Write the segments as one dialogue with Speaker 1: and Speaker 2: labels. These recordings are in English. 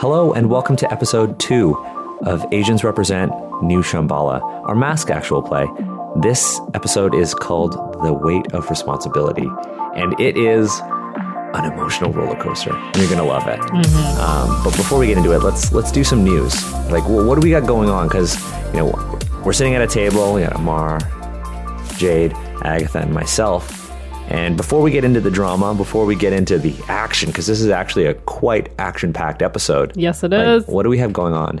Speaker 1: Hello, and welcome to episode two of Asians Represent New Shambhala, our mask actual play. This episode is called The Weight of Responsibility, and it is an emotional roller coaster, and you're gonna love it.
Speaker 2: Mm-hmm.
Speaker 1: Um, but before we get into it, let's let's do some news. Like, wh- what do we got going on? Because you know, we're sitting at a table. We got Amar, Jade, Agatha, and myself. And before we get into the drama, before we get into the action, because this is actually a quite action-packed episode.
Speaker 2: Yes, it
Speaker 1: it is.
Speaker 2: is.
Speaker 1: What do we have going on?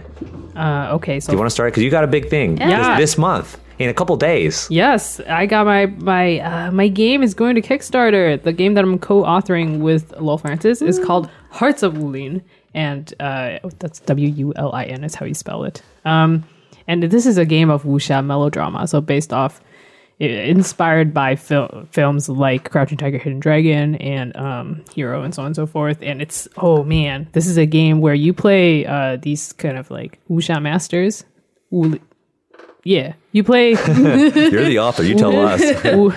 Speaker 2: Uh, okay, so
Speaker 1: You want to start? Because you got a big thing
Speaker 2: Yeah.
Speaker 1: this, this month in a couple days.
Speaker 2: yes, I got my my uh, my game is going to Kickstarter. The game that I'm co-authoring with Lowell Francis is called Hearts of Wulin, and uh, that's W U L I N is how you spell it. Um, and this is a game of wuxia melodrama, so based off inspired by fil- films like Crouching Tiger, Hidden Dragon, and um, Hero, and so on and so forth. And it's oh man, this is a game where you play uh, these kind of like wuxia masters. Wuli- yeah, you play
Speaker 1: You're the author. You tell us.
Speaker 2: Wu-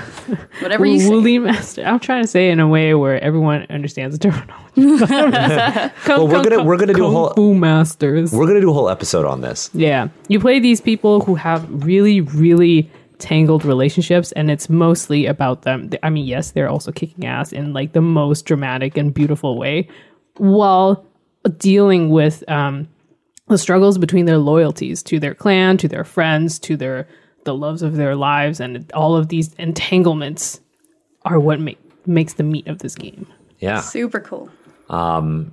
Speaker 3: Whatever you say.
Speaker 2: Wuli master. I'm trying to say it in a way where everyone understands the terminology.
Speaker 1: Well, we're gonna- we're gonna do a whole-
Speaker 2: Fu masters.
Speaker 1: We're gonna do a whole episode on this.
Speaker 2: Yeah. You play these people who have really, really tangled relationships, and it's mostly about them. I mean, yes, they're also kicking ass in like the most dramatic and beautiful way while dealing with um, the struggles between their loyalties to their clan, to their friends, to their the loves of their lives, and all of these entanglements are what make, makes the meat of this game.
Speaker 1: Yeah.
Speaker 3: Super cool.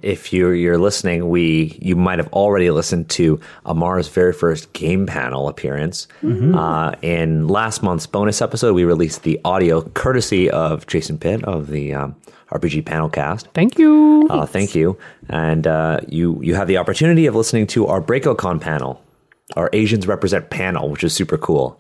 Speaker 1: if you're you're listening, we you might have already listened to Amar's very first game panel appearance. Uh, in last month's bonus episode, we released the audio courtesy of Jason Pitt of the um, RPG Panel Cast.
Speaker 2: Thank you.
Speaker 1: Uh, thank you, and uh, you you have the opportunity of listening to our BreakoCon panel, our Asians Represent panel, which is super cool.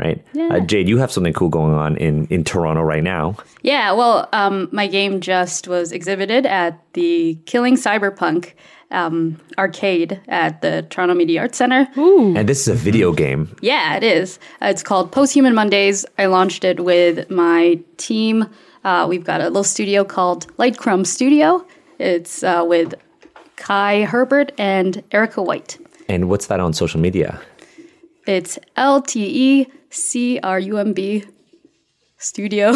Speaker 1: Right, uh, Jade, you have something cool going on in in Toronto right now.
Speaker 3: Yeah, well, um, my game just was exhibited at the Killing Cyberpunk um, arcade at the Toronto Media Arts Centre.
Speaker 1: And this is a video game.
Speaker 3: Yeah, it is. Uh, it's called Posthuman Mondays. I launched it with my team. Uh, we've got a little studio called Lightcrumb Studio. It's uh, with Kai Herbert and Erica White.
Speaker 1: And what's that on social media?
Speaker 3: It's L T E C R U M B Studio.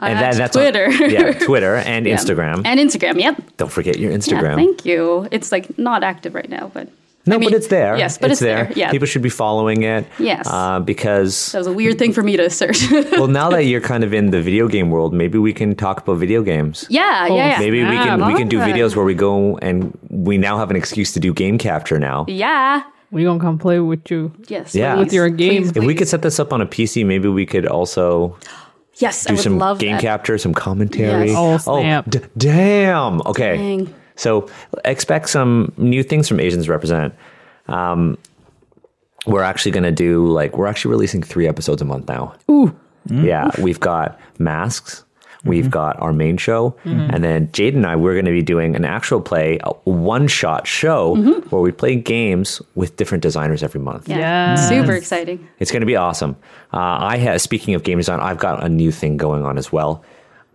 Speaker 3: I
Speaker 1: and
Speaker 3: have
Speaker 1: that's on-
Speaker 3: Twitter.
Speaker 1: yeah, Twitter and Instagram.
Speaker 3: And Instagram, yep.
Speaker 1: Don't forget your
Speaker 3: Yeah,
Speaker 1: Instagram.
Speaker 3: thank you. It's like not active right now, but
Speaker 1: no,
Speaker 3: I mean,
Speaker 1: but it's there.
Speaker 3: Yes, but it's, there. Yeah,
Speaker 1: people should be following it.
Speaker 3: Yes.
Speaker 1: uh, because
Speaker 3: that was a weird thing for me to search.
Speaker 1: well, now that you're kind of in the video game world, maybe we can talk about video games.
Speaker 3: yeah, Ah, yeah, yeah.
Speaker 1: Oh, Maybe we
Speaker 2: Yeah,
Speaker 1: can we can do
Speaker 2: love it.
Speaker 1: videos where we go and we now have an excuse to do game capture now.
Speaker 3: Yeah.
Speaker 2: We're going to come play with you.
Speaker 3: Yes.
Speaker 1: Yeah.
Speaker 3: please,
Speaker 1: With
Speaker 2: your
Speaker 3: please,
Speaker 2: game. If
Speaker 1: If we
Speaker 3: please.
Speaker 1: could set this up on a PC, maybe we could also
Speaker 3: yes, I
Speaker 1: do
Speaker 3: would
Speaker 1: some
Speaker 3: love
Speaker 1: game
Speaker 3: that.
Speaker 1: capture, some commentary.
Speaker 3: Yes.
Speaker 2: Oh, snap.
Speaker 1: d- damn. Okay.
Speaker 3: Dang.
Speaker 1: So expect some new things from Asians Represent. Um, we're actually going to do like we're actually releasing three episodes a month now. Mm-hmm.
Speaker 2: Ooh. Mm-hmm.
Speaker 1: Yeah, we've got masks. We've got our main show, and then Jade and I we're going to be doing an actual play, a one-shot show
Speaker 3: Mm-hmm.
Speaker 1: where we play games with different designers every month.
Speaker 3: Yeah.
Speaker 2: Yes.
Speaker 3: Super exciting.
Speaker 1: It's going to be awesome. Uh, I ha speaking of game design, I've got a new thing going on as well.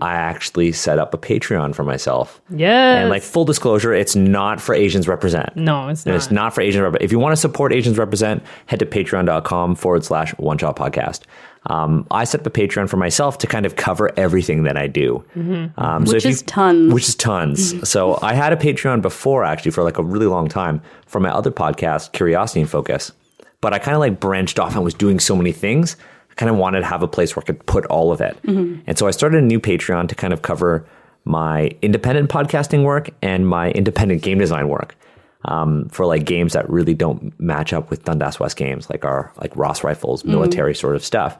Speaker 1: I actually set up a Patreon for myself.
Speaker 2: Yes.
Speaker 1: And like full disclosure, it's not for Asians Represent.
Speaker 2: no, it's not.
Speaker 1: It's not for Asians Represent. If you want to support Asians Represent, head to patreon.com forward slash one shot podcast. Um, I set the Patreon for myself to kind of cover everything that I do.
Speaker 2: Mm-hmm.
Speaker 1: Um, so
Speaker 3: Which
Speaker 1: if
Speaker 3: is tons. Mm-hmm.
Speaker 1: Which is tons. so I had a Patreon before actually for like a really long time for my other podcast, Curiosity and Focus. But I kind of like branched off and was doing so many things. I kind of wanted to have a place where I could put all of it.
Speaker 3: Mm-hmm.
Speaker 1: And so I started a new Patreon to kind of cover my independent podcasting work and my independent game design work um, for like games that really don't match up with Dundas West games, like our like Ross
Speaker 3: Mm-hmm.
Speaker 1: rifles, military sort of stuff.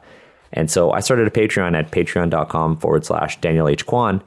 Speaker 1: And so I started a Patreon at patreon.com forward slash Daniel H. Kwan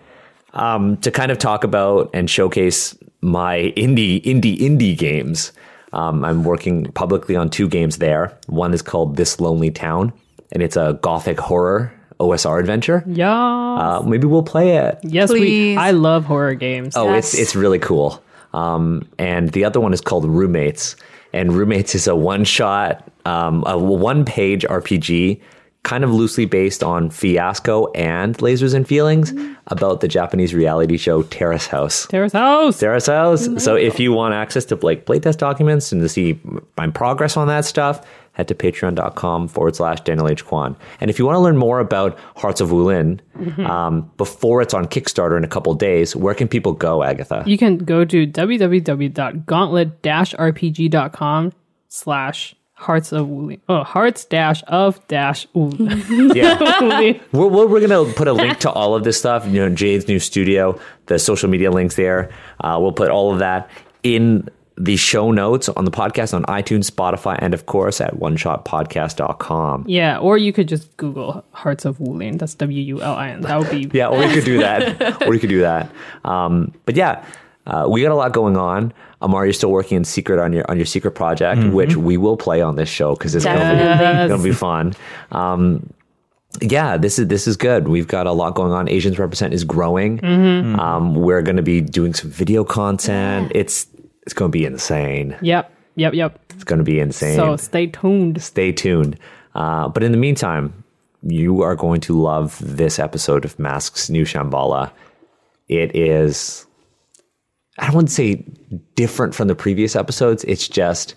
Speaker 1: um, to kind of talk about and showcase my indie, indie, indie games. Um, I'm working publicly on two games there. One is called This Lonely Town, and it's a gothic horror OSR adventure.
Speaker 2: yeah.
Speaker 1: Uh, maybe we'll play it.
Speaker 2: Yes, we.
Speaker 3: Please.
Speaker 2: I love horror games.
Speaker 1: Oh, it's
Speaker 3: Yes.
Speaker 1: it's really cool. Um, and the other one is called Roommates, and Roommates is a one shot, um, a one page RPG kind of loosely based on Fiasco and Lasers and Feelings about the Japanese reality show Terrace House.
Speaker 2: Terrace House.
Speaker 1: Sarah's house. So if you want access to like playtest documents and to see my progress on that stuff, head to patreon.com forward slash Daniel H. Kwan. And if you want to learn more about Hearts of Wulin um, before it's on Kickstarter in a couple days, where can people go, Agatha?
Speaker 2: you can go to www.gauntlet-rpg.com slash hearts of Wooly. Oh, hearts dash of dash Wooly.
Speaker 1: Yeah. We're, we're, we're going to put a link to all of this stuff, you know, Jade's new studio, the social media links there. Uh, we'll put all of that in the show notes on the podcast on iTunes, Spotify, and of course at oneshotpodcast.com.
Speaker 2: yeah, or you could just Google hearts of Wooly. That's W-U-L-I-N. That would be
Speaker 1: Yeah, or you could do that, or you could do that. Um, but yeah, uh, we got a lot going on. Amar, you're still working in secret on your on your secret project, which we will play on this show because it's
Speaker 3: Definitely.
Speaker 1: going to be fun. Um, yeah, this is this is good. We've got a lot going on. Asians represent is growing. Um, we're going to be doing some video content. It's it's going to be insane.
Speaker 2: Yep. Yep. Yep.
Speaker 1: It's going to be insane
Speaker 2: So stay tuned.
Speaker 1: stay tuned. Uh, but in the meantime, you are going to love this episode of Mask's new Shambhala. It is, I wouldn't say different from the previous episodes, it's just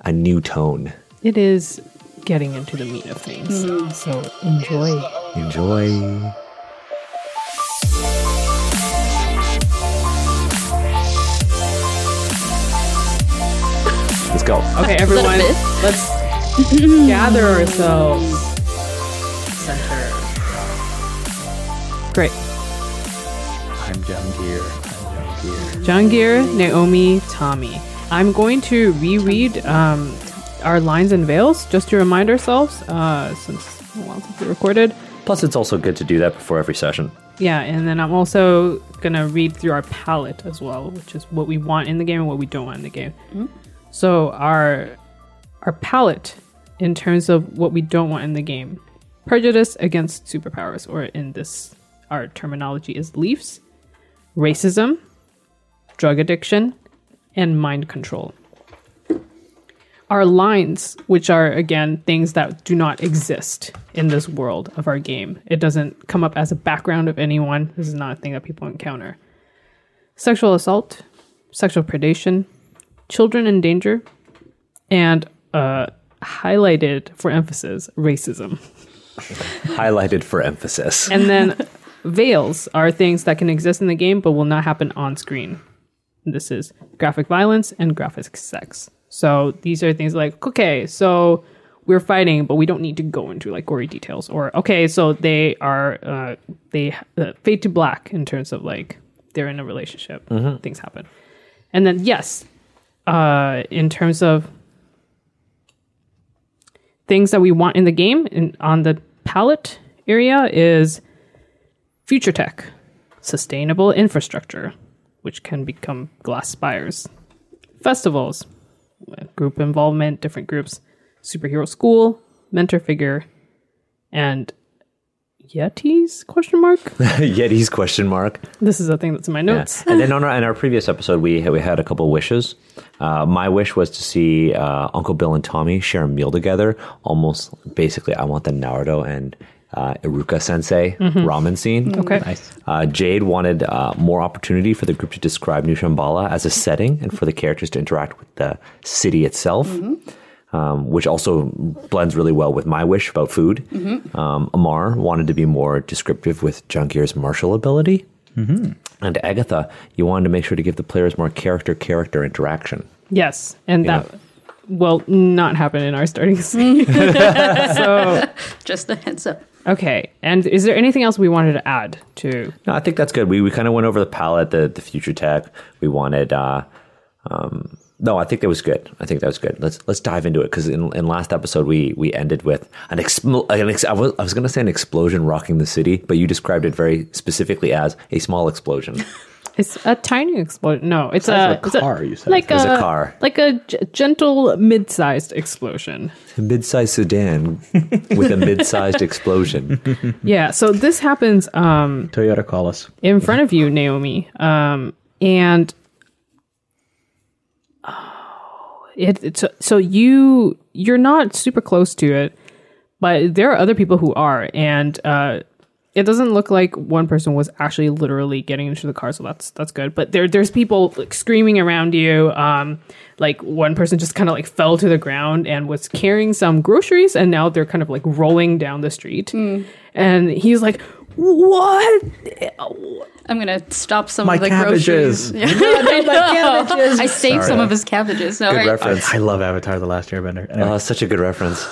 Speaker 1: a new tone.
Speaker 2: It is getting into the meat of things. So enjoy.
Speaker 1: Enjoy. Let's go.
Speaker 2: Okay, everyone,
Speaker 3: fist?
Speaker 2: let's gather ourselves. Center. Great.
Speaker 4: I'm down here. I'm down here.
Speaker 2: Jangir, Naomi, Tommy. I'm going to reread um, our lines and veils just to remind ourselves, uh, since it's been a while since we recorded.
Speaker 1: Plus, it's also good to do that before every session.
Speaker 2: Yeah, and then I'm also gonna read through our palette as well, which is what we want in the game and what we don't want in the game. So our our palette in terms of what we don't want in the game, prejudice against superpowers, or in this our terminology is leaves, racism, drug addiction, and mind control. Our lines, which are again things that do not exist in this world of our game. It doesn't come up as a background of anyone. This is not a thing that people encounter. Sexual assault, sexual predation, children in danger, and uh, highlighted for emphasis racism.
Speaker 1: Highlighted for emphasis.
Speaker 2: And then veils are things that can exist in the game but will not happen on screen. This is graphic violence and graphic sex. So these are things like, okay, so we're fighting, but we don't need to go into like gory details. Or okay, so they are uh, they uh, fade to black in terms of like they're in a relationship, things happen. And then yes, uh, in terms of things that we want in the game and on the palette area is future tech, sustainable infrastructure, which can become glass spires, festivals, group involvement, different groups, superhero school, mentor figure, and yetis question mark
Speaker 1: Yeti's question mark.
Speaker 2: this is a thing that's in my notes
Speaker 1: And then on our, in our previous episode, we we had a couple wishes. Uh, my wish was to see uh, Uncle Bill and Tommy share a meal together. Almost basically, I want the Naruto and uh, Iruka Sensei ramen scene.
Speaker 2: okay
Speaker 1: Uh, Jade wanted uh, more opportunity for the group to describe New Shambhala as a setting and for the characters to interact with the city itself, um, which also blends really well with my wish about food. Um, Amar wanted to be more descriptive with Junkier's martial ability. And Agatha, you wanted to make sure to give the players more character character interaction.
Speaker 2: yes and
Speaker 1: Yeah.
Speaker 2: that will not happen in our starting scene so
Speaker 3: Just a heads up.
Speaker 1: Mm-hmm.
Speaker 2: okay and is there anything else we wanted to add to
Speaker 1: No, I think that's good. We, we kind of went over the palette, the, the future tech. We wanted. Uh, um, no, I think that was good. I think that was good. Let's let's dive into it because in, in last episode we we ended with an, expl- an ex- I was, I was going to say an explosion rocking the city, but you described it very specifically as a small explosion.
Speaker 2: It's a tiny explosion. No, it's
Speaker 4: Size
Speaker 2: a,
Speaker 4: of a
Speaker 2: it's a-
Speaker 4: car, you said.
Speaker 2: Like
Speaker 1: It was a car.
Speaker 2: Like a g- gentle, mid-sized explosion.
Speaker 1: a mid-sized sedan with a mid-sized explosion.
Speaker 2: Yeah. So this happens um,
Speaker 4: Toyota Callus.
Speaker 2: in front of you, Naomi, um, and oh, it, it's so you you're not super close to it, but there are other people who are, and uh, it doesn't look like one person was actually literally getting into the car, so that's that's good. But there there's people like screaming around you. Um, like one person just kind of like fell to the ground and was carrying some groceries, and now they're kind of like rolling down the street, and he's like. What?
Speaker 3: I'm gonna stop some
Speaker 4: My
Speaker 3: of the
Speaker 4: cabbages.
Speaker 3: groceries. Yeah. I saved some of his cabbages. No,
Speaker 1: Good
Speaker 3: right.
Speaker 1: reference.
Speaker 4: I love Avatar: The Last Airbender. Anyway,
Speaker 1: Uh, such a good reference.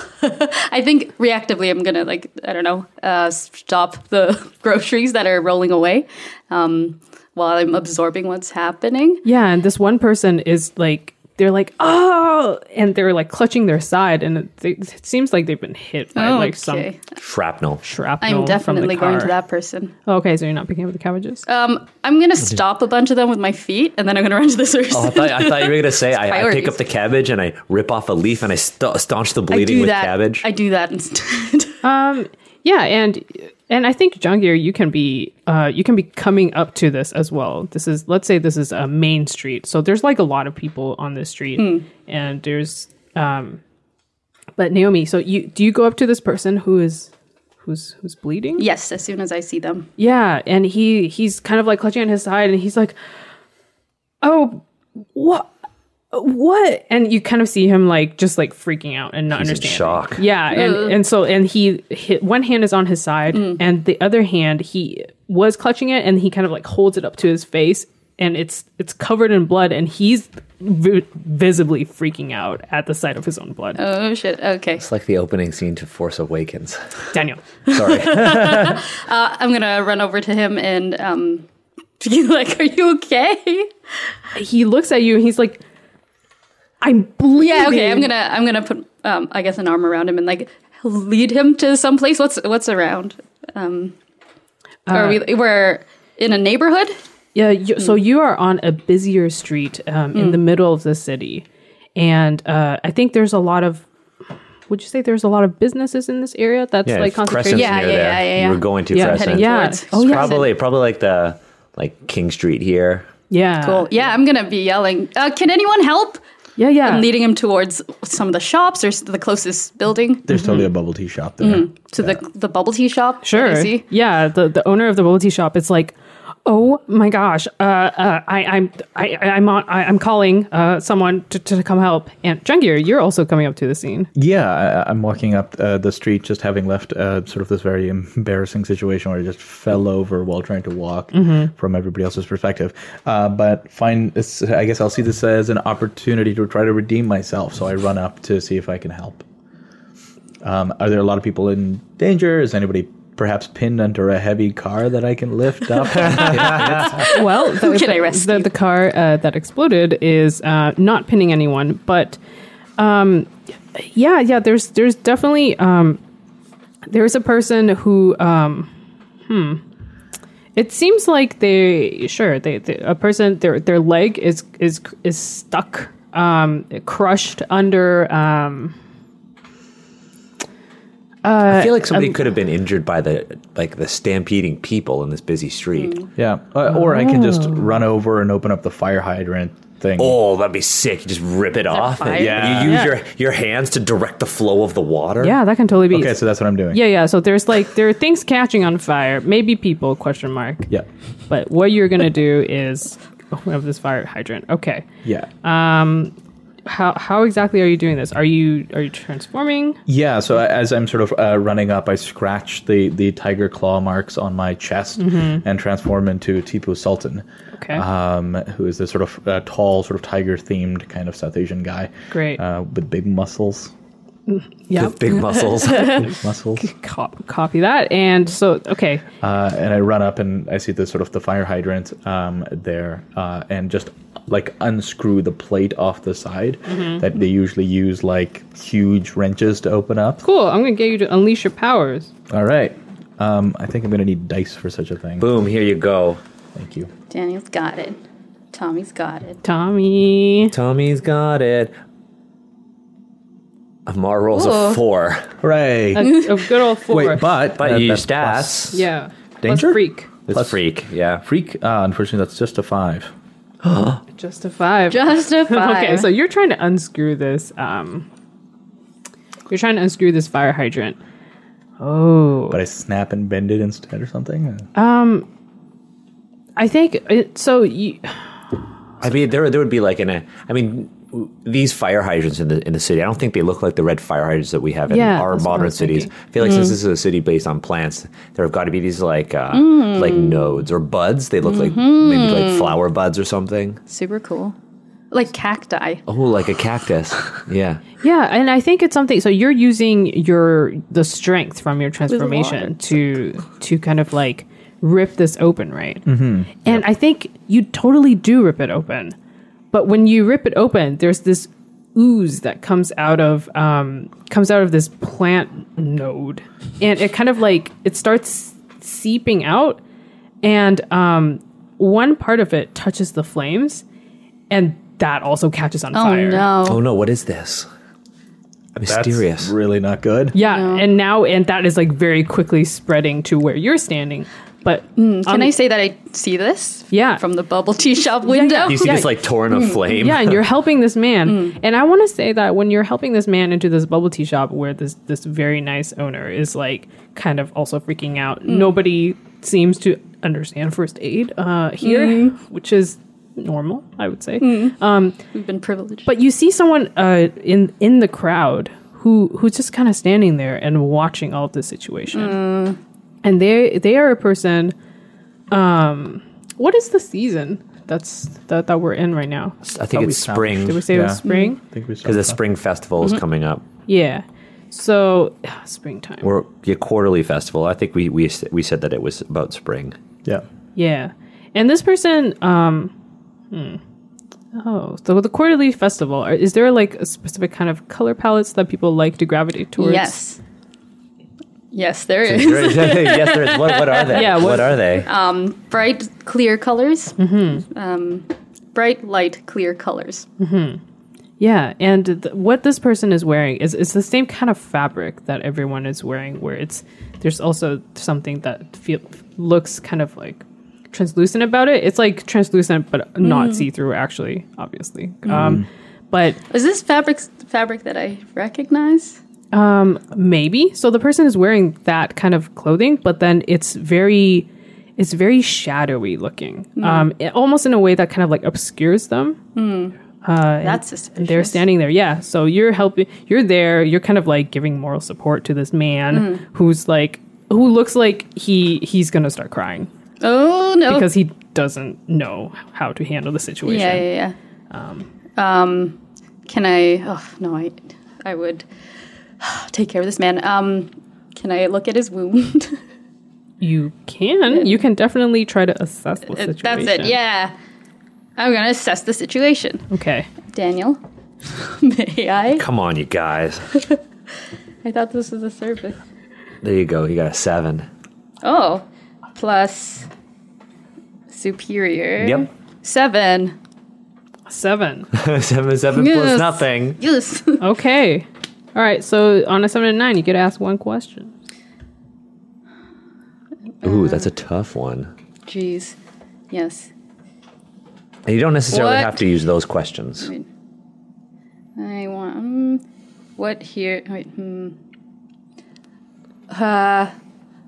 Speaker 3: I think reactively, I'm gonna like I don't know, uh, stop the groceries that are rolling away um, while I'm absorbing what's happening.
Speaker 2: Yeah, and this one person is like, they're like, oh, and they're like clutching their side, and it, it seems like they've been hit by like some
Speaker 3: Oh, okay.
Speaker 1: Shrapnel.
Speaker 2: shrapnel.
Speaker 3: I'm
Speaker 2: from the
Speaker 3: definitely going to
Speaker 2: car.
Speaker 3: that person.
Speaker 2: Okay, so you're not picking up the cabbages.
Speaker 3: Um, I'm gonna stop a bunch of them with my feet, and then I'm gonna run to this person.
Speaker 1: Mm-hmm. Oh, I thought, I thought you were going to say I, I pick
Speaker 3: priorities.
Speaker 1: up the cabbage and I rip off a leaf and I sta staunch the
Speaker 3: I
Speaker 1: bleeding
Speaker 3: do
Speaker 1: with
Speaker 3: that.
Speaker 1: cabbage.
Speaker 3: I do that instead.
Speaker 2: Um, yeah, and and I think Jungir, you can be uh, you can be coming up to this as well. This is let's say this is a main street, so there's like a lot of people on this street,
Speaker 3: Hmm.
Speaker 2: and there's um, but Naomi, so you do you go up to this person who is who's who's bleeding?
Speaker 3: yes, as soon as I see them.
Speaker 2: Yeah, and he he's kind of like clutching on his side, and he's like, "Oh, what, what?" And you kind of see him like just like freaking out and not
Speaker 1: He's in
Speaker 2: understanding.
Speaker 1: shock.
Speaker 2: Yeah, and and so and he hit, one hand is on his side,
Speaker 3: Mm.
Speaker 2: and the other hand he was clutching it, and he kind of like holds it up to his face, and it's it's covered in blood, and he's vi- visibly freaking out at the sight of his own blood.
Speaker 3: Oh shit. Okay.
Speaker 1: It's like the opening scene to Force Awakens.
Speaker 2: Daniel,
Speaker 1: Sorry.
Speaker 3: I'm gonna run over to him and um, be like, "Are you okay?"
Speaker 2: he looks at you, and he's like. I'm bleeding.
Speaker 3: Yeah, okay. I'm gonna I'm gonna put um, I guess an arm around him and like lead him to someplace. What's what's around? Um,
Speaker 2: Uh,
Speaker 3: are we we're in a neighborhood?
Speaker 2: Yeah, you, so you are on a busier street um, in the middle of the city, and uh, I think there's a lot of. Would you say there's a lot of businesses in this area? That's
Speaker 1: Yeah, if
Speaker 2: like
Speaker 1: Crescent's
Speaker 2: concentrated.
Speaker 3: Yeah,
Speaker 1: near
Speaker 3: yeah,
Speaker 1: there.
Speaker 3: yeah, yeah, yeah.
Speaker 1: We're going to
Speaker 2: Yeah.
Speaker 1: Crescent.
Speaker 3: Heading
Speaker 2: Yeah.
Speaker 3: towards.
Speaker 2: Oh, yeah.
Speaker 1: Probably, probably like the like King Street here.
Speaker 2: Yeah,
Speaker 3: Cool. Yeah, I'm gonna be yelling. Uh, can anyone help?
Speaker 2: yeah, yeah.
Speaker 3: I'm leading him towards some of the shops or s- the closest building
Speaker 4: there's totally a bubble tea shop there.
Speaker 3: to the the bubble tea shop. that I
Speaker 2: sure.
Speaker 3: See.
Speaker 2: Yeah, the the owner of the bubble tea shop is like, oh my gosh, uh, uh, I, I'm I, I'm on, I, I'm calling uh, someone to, to come help. And Jungir, you're also coming up to the scene.
Speaker 4: Yeah, I, I'm walking up uh, the street, just having left uh, sort of this very embarrassing situation where I just fell over while trying to walk
Speaker 3: Mm-hmm.
Speaker 4: from everybody else's perspective. Uh, but find this, I guess I'll see this as an opportunity to try to redeem myself. So I run up to see if I can help. Um, are there a lot of people in danger? Is anybody perhaps pinned under a heavy car that I can lift up?
Speaker 2: Well, the,
Speaker 3: can I
Speaker 2: the-
Speaker 3: rescue?
Speaker 2: The, the car uh, that exploded is uh, not pinning anyone, but um, yeah, yeah. There's there's definitely um, there is a person who um, hmm. It seems like they sure they, they a person their their leg is is is stuck um crushed under um
Speaker 1: I feel like somebody could have been injured by the like the stampeding people in this busy street.
Speaker 4: yeah, uh, or I can just run
Speaker 2: Oh.
Speaker 4: over and open up the fire hydrant thing.
Speaker 1: Oh, that'd be sick. You just rip it off. and
Speaker 3: fire?
Speaker 4: Yeah.
Speaker 1: You use
Speaker 2: Yeah.
Speaker 1: your, your hands to direct the flow of the water.
Speaker 2: yeah that can totally be
Speaker 4: Okay, so that's what I'm doing.
Speaker 2: yeah yeah so there's like there are things catching on fire maybe people question mark
Speaker 4: Yeah.
Speaker 2: But what you're gonna do is oh, we have this fire hydrant. Okay.
Speaker 4: Yeah.
Speaker 2: Uh, How how exactly are you doing this? Are you are you transforming?
Speaker 4: yeah. So I- as I'm sort of uh, running up, I scratch the, the tiger claw marks on my chest
Speaker 2: Mm-hmm.
Speaker 4: and transform into Tipu Sultan,
Speaker 2: Okay.
Speaker 4: um, who is this sort of uh, tall, sort of tiger themed kind of South Asian guy.
Speaker 2: Great.
Speaker 4: Uh, with big muscles.
Speaker 2: yeah.
Speaker 1: With big muscles.
Speaker 4: Big muscles.
Speaker 2: Cop, copy that. And so okay.
Speaker 4: Uh, and I run up and I see the sort of the fire hydrant um, there, uh, and just like unscrew the plate off the side that they usually use like huge wrenches to open up.
Speaker 2: Cool. I'm gonna get you to unleash your powers.
Speaker 4: All right. Um, I think I'm gonna need dice for such a thing.
Speaker 1: Boom, here you go.
Speaker 4: Thank you.
Speaker 3: Daniel's got it. Tommy's got it.
Speaker 2: Tommy.
Speaker 1: Tommy's got it. Amar rolls a
Speaker 3: Ooh.
Speaker 1: four.
Speaker 4: Hooray!
Speaker 2: A, a good old four.
Speaker 4: Wait,
Speaker 1: But
Speaker 4: but that-
Speaker 1: you use
Speaker 4: that's
Speaker 1: stats.
Speaker 4: plus-
Speaker 2: yeah. Plus
Speaker 4: Danger?
Speaker 2: freak.
Speaker 1: It's
Speaker 4: Plus-
Speaker 1: freak, yeah.
Speaker 4: Freak. Uh, unfortunately, that's just a five.
Speaker 2: Just a five.
Speaker 3: Just a five.
Speaker 2: okay, so you're trying to unscrew this. Um, you're trying to unscrew this fire hydrant. Oh.
Speaker 4: but I snap and bend it instead or something.
Speaker 2: I think it, so. You,
Speaker 1: I mean, there there would be like in a. I mean, w- these fire hydrants in the in the city. I don't think they look like the red fire hydrants that we have in
Speaker 2: Yeah,
Speaker 1: our
Speaker 2: that's what I
Speaker 1: modern
Speaker 2: was
Speaker 1: cities.
Speaker 2: thinking. Mm.
Speaker 1: I feel like since this is a city based on plants, there have got to be these like uh,
Speaker 2: Mm.
Speaker 1: like nodes or buds. They look
Speaker 2: Mm-hmm.
Speaker 1: like maybe like flower buds or something.
Speaker 3: Super cool. Like cacti.
Speaker 1: Oh, like a cactus. yeah.
Speaker 2: yeah, and I think it's something. So you're using your the strength from your transformation to to kind of like rip this open, right? Mm-hmm. And I think you totally do rip it open, but when you rip it open, there's this ooze that comes out of um, comes out of this plant node, and it kind of like it starts seeping out, and um, one part of it touches the flames, and that also catches on
Speaker 3: Oh
Speaker 2: fire.
Speaker 3: no.
Speaker 1: Oh no, what is this?
Speaker 4: That's
Speaker 1: Mysterious.
Speaker 4: really not good.
Speaker 2: Yeah, and now and that is like very quickly spreading to where you're standing. But
Speaker 3: Mm, Can I say that I see this?
Speaker 2: um, Yeah.
Speaker 3: From the bubble tea shop window.
Speaker 1: you see this like torn of flame.
Speaker 2: Mm-hmm. yeah, and you're helping this man.
Speaker 3: Mm.
Speaker 2: And I want to say that when you're helping this man into this bubble tea shop where this this very nice owner is like kind of also freaking out.
Speaker 3: Mm.
Speaker 2: Nobody seems to understand first aid uh here,
Speaker 3: Mm-hmm.
Speaker 2: which is normal, I would say.
Speaker 3: We've been privileged.
Speaker 2: But you see someone uh, in in the crowd who who's just kind of standing there and watching all of this situation, and they they are a person. Um, what is the season that's that, that we're in right now?
Speaker 1: I think it's
Speaker 4: sound-
Speaker 1: spring
Speaker 2: Did we say it
Speaker 4: Yeah.
Speaker 2: was spring?
Speaker 4: I think we
Speaker 1: because the spring festival
Speaker 2: Mm-hmm.
Speaker 1: is coming up.
Speaker 2: Yeah. So ugh, springtime.
Speaker 1: Or your quarterly festival. I think we we s- we said that it was about spring.
Speaker 4: Yeah.
Speaker 2: Yeah. And this person, um, hmm. oh, so the quarterly festival, are- is there like a specific kind of color palettes that people like to gravitate towards?
Speaker 3: yes. Yes, there is.
Speaker 1: yes, there is. What, what are they?
Speaker 2: Yeah,
Speaker 1: what,
Speaker 2: what-
Speaker 1: are they?
Speaker 3: Um, bright, clear colors. Mm-hmm. Um, bright, light, clear colors.
Speaker 2: Yeah, and th- what this person is wearing is it's the same kind of fabric that everyone is wearing. Where it's there's also something that feel, looks kind of like translucent about it. It's like translucent, but not see through. Actually, obviously, um, but
Speaker 3: Is this fabric fabric that I recognize?
Speaker 2: maybe so the person is wearing that kind of clothing but then it's very it's very shadowy looking um it- almost in a way that kind of like obscures them
Speaker 3: That's
Speaker 2: and
Speaker 3: suspicious.
Speaker 2: Uh, they're standing there yeah so you're helping you're there you're kind of like giving moral support to this man
Speaker 3: Mm-hmm.
Speaker 2: who's like who looks like he he's gonna start crying
Speaker 3: Oh no!
Speaker 2: because he doesn't know how to handle the situation
Speaker 3: yeah, yeah, yeah. Um, can I? Oh no, I, I would take care of this man. Um, can I look at his wound?
Speaker 2: you can you can definitely try to assess the situation
Speaker 3: Uh, That's it. Yeah, I'm gonna assess the situation.
Speaker 2: okay
Speaker 3: Daniel, may I?
Speaker 1: Come on, you guys.
Speaker 3: I thought this was a service.
Speaker 1: There you go. You got a seven.
Speaker 3: Oh, plus superior.
Speaker 1: Yep.
Speaker 3: Seven.
Speaker 2: seven
Speaker 1: seven, seven plus
Speaker 3: Yes.
Speaker 1: nothing.
Speaker 3: Yes.
Speaker 2: Okay. All right. So on a seven and nine, you get asked one question.
Speaker 1: Ooh, that's a tough one.
Speaker 3: Jeez. Yes.
Speaker 1: And you don't necessarily
Speaker 3: What?
Speaker 1: have to use those questions.
Speaker 3: Wait. I want. Um, what here? Wait. Hmm. Uh.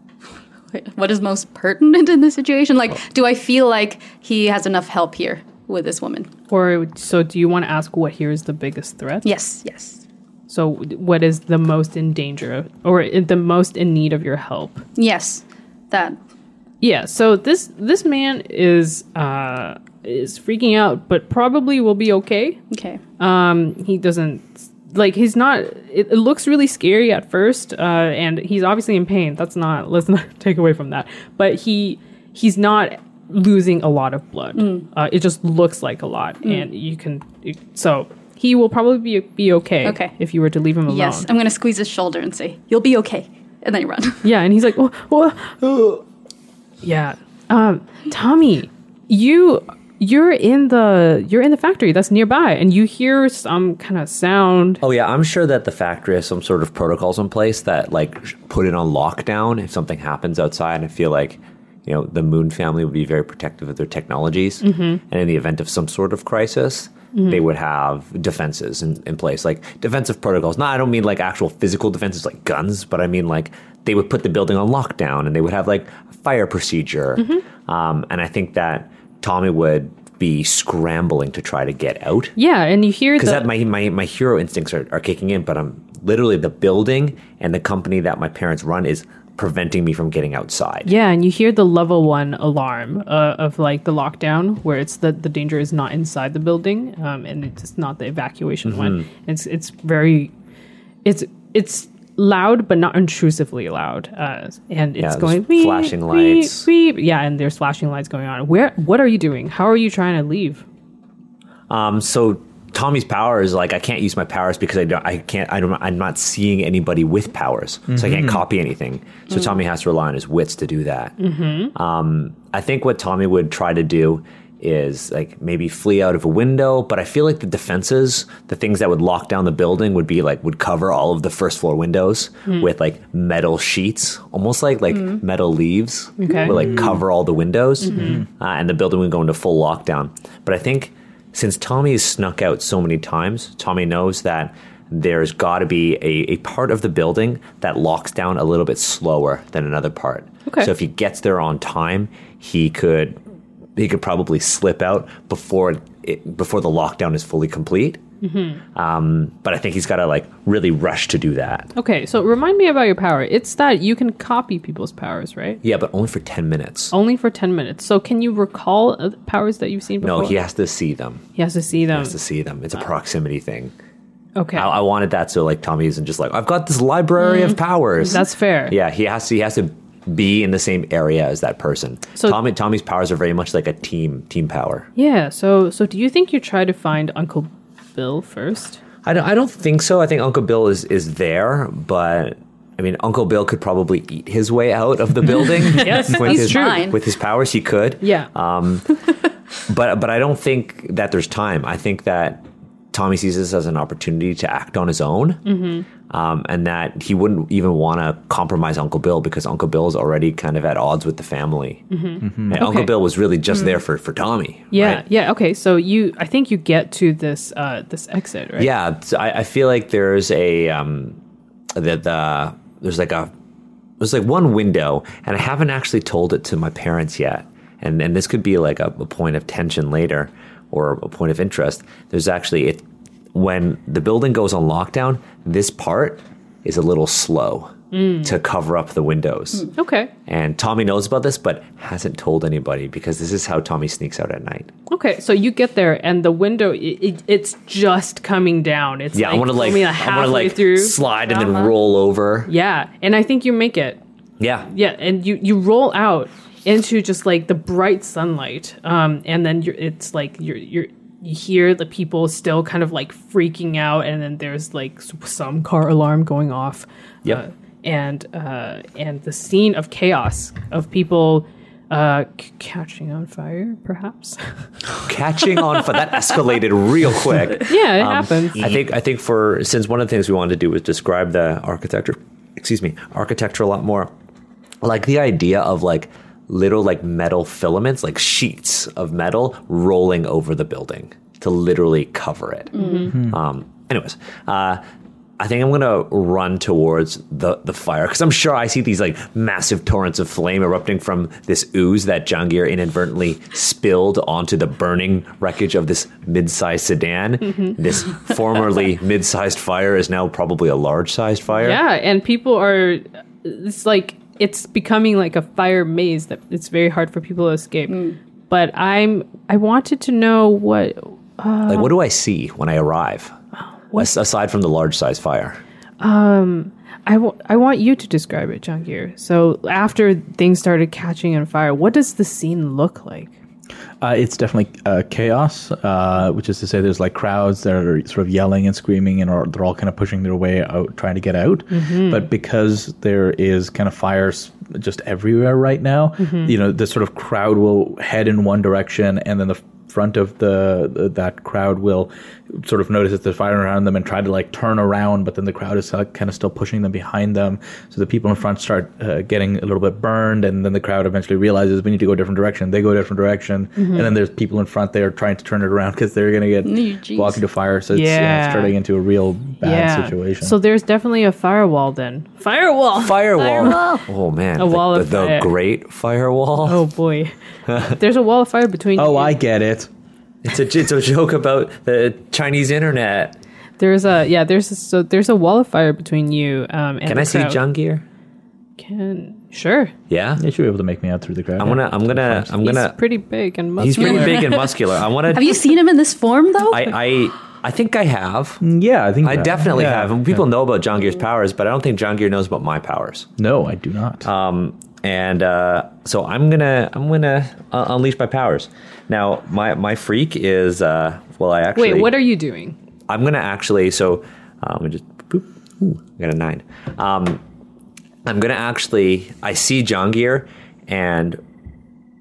Speaker 3: wait, What is most pertinent in this situation? Like, do I feel like he has enough help here with this woman?
Speaker 2: Or so do you want to ask what here is the biggest threat?
Speaker 3: Yes, yes,
Speaker 2: So what is the most in danger of, or i- the most in need of your help?
Speaker 3: yes. That.
Speaker 2: Yeah. So this this man is uh is freaking out, but probably will be okay.
Speaker 3: Okay.
Speaker 2: Um, he doesn't like he's not. It, it looks really scary at first, uh, and he's obviously in pain. That's not. Let's not take away from that. But he he's not losing a lot of blood.
Speaker 3: Mm.
Speaker 2: Uh, it just looks like a lot, and you can it- so. He will probably be, be okay,
Speaker 3: Okay.
Speaker 2: if you were to leave him alone.
Speaker 3: Yes, I'm gonna squeeze his shoulder and say, "You'll be okay," and then run.
Speaker 2: Yeah, and he's like, oh, oh, oh." yeah. Um, Tommy, you you're in the you're in the factory that's nearby, and you hear some kind of sound.
Speaker 1: Oh yeah, I'm sure that the factory has some sort of protocols in place that like sh- put it on lockdown if something happens outside. And I feel like you know the Moon family would be very protective of their technologies, and in the event of some sort of crisis, they would have defenses in, in place, like defensive protocols. Not, I don't mean like actual physical defenses like guns, but I mean like they would put the building on lockdown and they would have like a fire procedure. Um, and I think that Tommy would be scrambling to try to get out
Speaker 2: Yeah, and you hear
Speaker 1: because
Speaker 2: the,
Speaker 1: that my, my my hero instincts are, are kicking in but i'm literally the building and the company that my parents run is preventing me from getting outside
Speaker 2: Yeah, and you hear the level one alarm uh, of like the lockdown, where it's that the danger is not inside the building, um, and it's not the evacuation one.
Speaker 1: Mm-hmm.
Speaker 2: It's it's very, it's it's loud but not intrusively loud, uh, and it's
Speaker 1: there's
Speaker 2: going
Speaker 1: flashing
Speaker 2: "Wee,
Speaker 1: lights."
Speaker 2: wee, wee." Yeah, and there's flashing lights going on. Where? What are you doing? How are you trying to leave?
Speaker 1: um so tommy's power is like i can't use my powers because i don't i can't i don't i'm not seeing anybody with powers so i can't copy anything so tommy has to rely on his wits to do that Um, I think what Tommy would try to do is like maybe flee out of a window, but I feel like the defenses, the things that would lock down the building would be like would cover all of the first floor windows with like metal sheets, almost like like metal leaves
Speaker 2: Okay.
Speaker 1: would like cover all the windows uh, and the building would go into full lockdown. But I think since Tommy has snuck out so many times, Tommy knows that there's got to be a, a part of the building that locks down a little bit slower than another part.
Speaker 2: Okay.
Speaker 1: So if he gets there on time, he could he could probably slip out before it, before the lockdown is fully complete. Um, but I think he's got to like really rush to do that.
Speaker 2: Okay, so remind me about your power. It's that you can copy people's powers, right?
Speaker 1: Yeah, but only for ten minutes.
Speaker 2: Only for ten minutes. So can you recall uh, powers that you've seen before?
Speaker 1: no, he has to see them.
Speaker 2: He has to see them.
Speaker 1: He has to see them. It's
Speaker 2: Uh,
Speaker 1: a proximity thing.
Speaker 2: okay.
Speaker 1: I, I wanted that so like Tommy isn't just like I've got this library of powers.
Speaker 2: Mm-hmm. That's fair.
Speaker 1: yeah. He has to he has to be in the same area as that person.
Speaker 2: So-
Speaker 1: Tommy Tommy's powers are very much like a team team power.
Speaker 2: Yeah. So, so do you think you try to find Uncle Bill first?
Speaker 1: I don't, I don't think so. I think Uncle Bill is, is there, but I mean, Uncle Bill could probably eat his way out of the building.
Speaker 2: Yes,
Speaker 1: with
Speaker 2: he's
Speaker 1: his,
Speaker 2: true.
Speaker 3: Fine.
Speaker 1: With his powers, he could.
Speaker 2: Yeah.
Speaker 1: Um, but but I don't think that there's time. I think that Tommy sees this as an opportunity to act on his own, um, and that he wouldn't even want to compromise Uncle Bill because Uncle Bill is already kind of at odds with the family. And Uncle
Speaker 2: Mm-hmm. Okay. Mm.
Speaker 1: Bill was really just there for for Tommy.
Speaker 2: yeah.
Speaker 1: right?
Speaker 2: Yeah. Okay. So you, I think you get to this, uh, this exit, right?
Speaker 1: Yeah, so I, I feel like there's a um, that the there's like a there's like one window, and I haven't actually told it to my parents yet, and and this could be like a, a point of tension later or a point of interest. There's actually it when the building goes on lockdown, this part is a little slow
Speaker 2: Mm.
Speaker 1: to cover up the windows.
Speaker 2: Okay.
Speaker 1: And Tommy knows about this, but hasn't told anybody because this is how Tommy sneaks out at night.
Speaker 2: Okay. So you get there, and the window, it, it, it's just coming down. It's
Speaker 1: Yeah,
Speaker 2: like
Speaker 1: I want to like,
Speaker 2: only a
Speaker 1: I want
Speaker 2: halfway
Speaker 1: to like
Speaker 2: through.
Speaker 1: slide and then
Speaker 3: Uh-huh.
Speaker 1: roll over.
Speaker 2: Yeah, and I think you make it.
Speaker 1: Yeah,
Speaker 2: Yeah, and you you roll out into just like the bright sunlight, um, and then you're, it's like you're you're you hear the people still kind of like freaking out, and then there's like s- some car alarm going off.
Speaker 1: Yep.
Speaker 2: Uh, and uh, and the scene of chaos of people uh, c- catching on fire, perhaps.
Speaker 1: catching on for that escalated real quick. Um,
Speaker 2: yeah, it happens.
Speaker 1: I think I think for since one of the things we wanted to do was describe the architecture, excuse me, architecture a lot more. Like the idea of like little like metal filaments, like sheets of metal rolling over the building to literally cover it. Um, anyways, uh, I think I'm gonna run towards the the fire because I'm sure I see these like massive torrents of flame erupting from this ooze that Jangir inadvertently spilled onto the burning wreckage of this mid-sized sedan.
Speaker 2: Mm-hmm.
Speaker 1: This formerly mid-sized fire is now probably a large-sized fire.
Speaker 2: Yeah, and people are. It's like it's becoming like a fire maze that it's very hard for people to escape. But I'm. I wanted to know what.
Speaker 1: Like, what do I see when I arrive? As- aside from the large-sized fire.
Speaker 2: I, wa- I want you to describe it, Jungir. So after things started catching on fire, what does the scene look like?
Speaker 4: Uh, it's definitely uh, chaos, uh, which is to say, there's like crowds that are sort of yelling and screaming, and are, they're all kind of pushing their way out, trying to get out. But because there is kind of fires just everywhere right now, you know, the sort of crowd will head in one direction, and then the f- front of the, the- that crowd will sort of notice that there's fire around them and try to like turn around, but then the crowd is like, kind of still pushing them behind them. So the people in front start uh, getting a little bit burned, and then the crowd eventually realizes we need to go a different direction. They go a different direction, and then there's people in front there trying to turn it around because they're going to get
Speaker 3: Mm, jeez.
Speaker 4: walking to fire. So it's, yeah.
Speaker 2: Yeah.
Speaker 4: it's turning into a real bad situation.
Speaker 2: So there's definitely a firewall then. Firewall.
Speaker 1: Firewall.
Speaker 3: Firewall.
Speaker 1: Oh man,
Speaker 2: A
Speaker 1: The-
Speaker 2: wall
Speaker 1: the,
Speaker 2: of
Speaker 1: the
Speaker 2: fire.
Speaker 1: Great Firewall.
Speaker 2: oh boy. there's a wall of fire between.
Speaker 4: oh,
Speaker 2: you.
Speaker 4: I get it.
Speaker 1: It's a it's a joke about the Chinese internet.
Speaker 2: There's a yeah. There's a, so there's a wall of fire between you. Um, and
Speaker 1: Can
Speaker 2: the
Speaker 1: I see
Speaker 2: crowd.
Speaker 1: Jungir?
Speaker 2: Can sure.
Speaker 1: Yeah,
Speaker 4: You should be able to make me out through the crowd.
Speaker 1: I'm gonna I'm gonna I'm
Speaker 2: He's
Speaker 1: gonna.
Speaker 2: pretty big and
Speaker 1: He's
Speaker 2: muscular.
Speaker 1: pretty big and muscular. I want
Speaker 3: Have
Speaker 1: to.
Speaker 3: you seen him in this form though?
Speaker 1: I I I think I have.
Speaker 4: Yeah, I think
Speaker 1: I
Speaker 4: that-
Speaker 1: definitely
Speaker 4: yeah.
Speaker 1: have. And people know about John Gear's powers, but I don't think John Gear knows about my powers.
Speaker 4: No, I do not.
Speaker 1: Um, and uh, so I'm gonna I'm gonna uh, unleash my powers. Now my my freak is uh, well I actually
Speaker 2: Wait, what are you doing?
Speaker 1: I'm gonna actually so um, I just boop, ooh, I got a nine. Um, I'm gonna actually I see Jongir and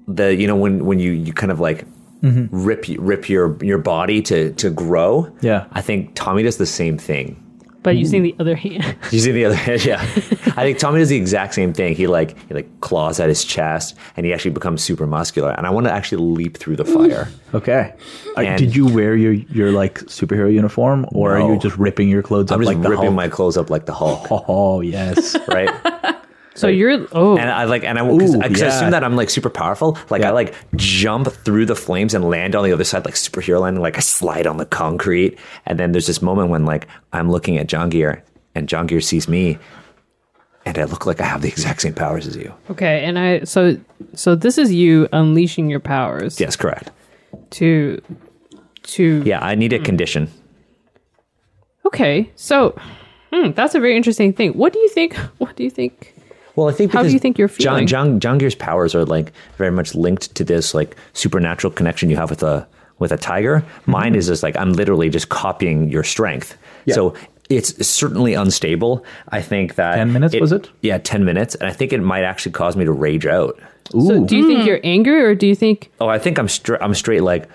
Speaker 1: the you know when when you you kind of like
Speaker 4: Mm-hmm.
Speaker 1: rip rip your your body to to grow.
Speaker 4: Yeah.
Speaker 1: I think Tommy does the same thing.
Speaker 2: But you've seen the other hand.
Speaker 1: You see the other hand, yeah. I think Tommy does the exact same thing. He like he like claws at his chest, and he actually becomes super muscular. And I want to actually leap through the fire.
Speaker 4: okay. Uh,
Speaker 1: and-
Speaker 4: did you wear your your like superhero uniform, or are
Speaker 1: No.
Speaker 4: you just ripping your clothes
Speaker 1: I'm
Speaker 4: up
Speaker 1: just
Speaker 4: like the
Speaker 1: ripping
Speaker 4: Hulk?
Speaker 1: my clothes up like the Hulk,
Speaker 4: Oh yes.
Speaker 1: right?
Speaker 2: so you're oh
Speaker 1: And I like, and I because
Speaker 4: Ooh,
Speaker 1: I 'cause I
Speaker 4: yeah.
Speaker 1: assume that I'm like super powerful. Like I
Speaker 4: Yeah.
Speaker 1: like jump through the flames and land on the other side, like superhero landing. Like I slide on the concrete, and then there's this moment when like I'm looking at John Gear, and John Gear sees me, and I look like I have the exact same powers as you.
Speaker 2: okay. And I so so this is you unleashing your powers
Speaker 1: Yes, correct.
Speaker 2: to to
Speaker 1: Yeah, I need a condition.
Speaker 2: Okay, so hmm, that's a very interesting thing. What do you think? What do you think?
Speaker 1: Well, I think
Speaker 2: How do
Speaker 1: because
Speaker 2: you think you're feeling?
Speaker 1: John, John John Gear's powers are like very much linked to this like supernatural connection you have with a with a tiger.
Speaker 2: Mm-hmm.
Speaker 1: Mine is just like I'm literally just copying your strength.
Speaker 4: Yeah.
Speaker 1: So it's certainly unstable. I think that
Speaker 4: 10 minutes, was it?
Speaker 1: Yeah, ten minutes, and I think it might actually cause me to rage out.
Speaker 2: So, do you think you're angry, or do you think?
Speaker 1: Oh, I think I'm str- I'm straight like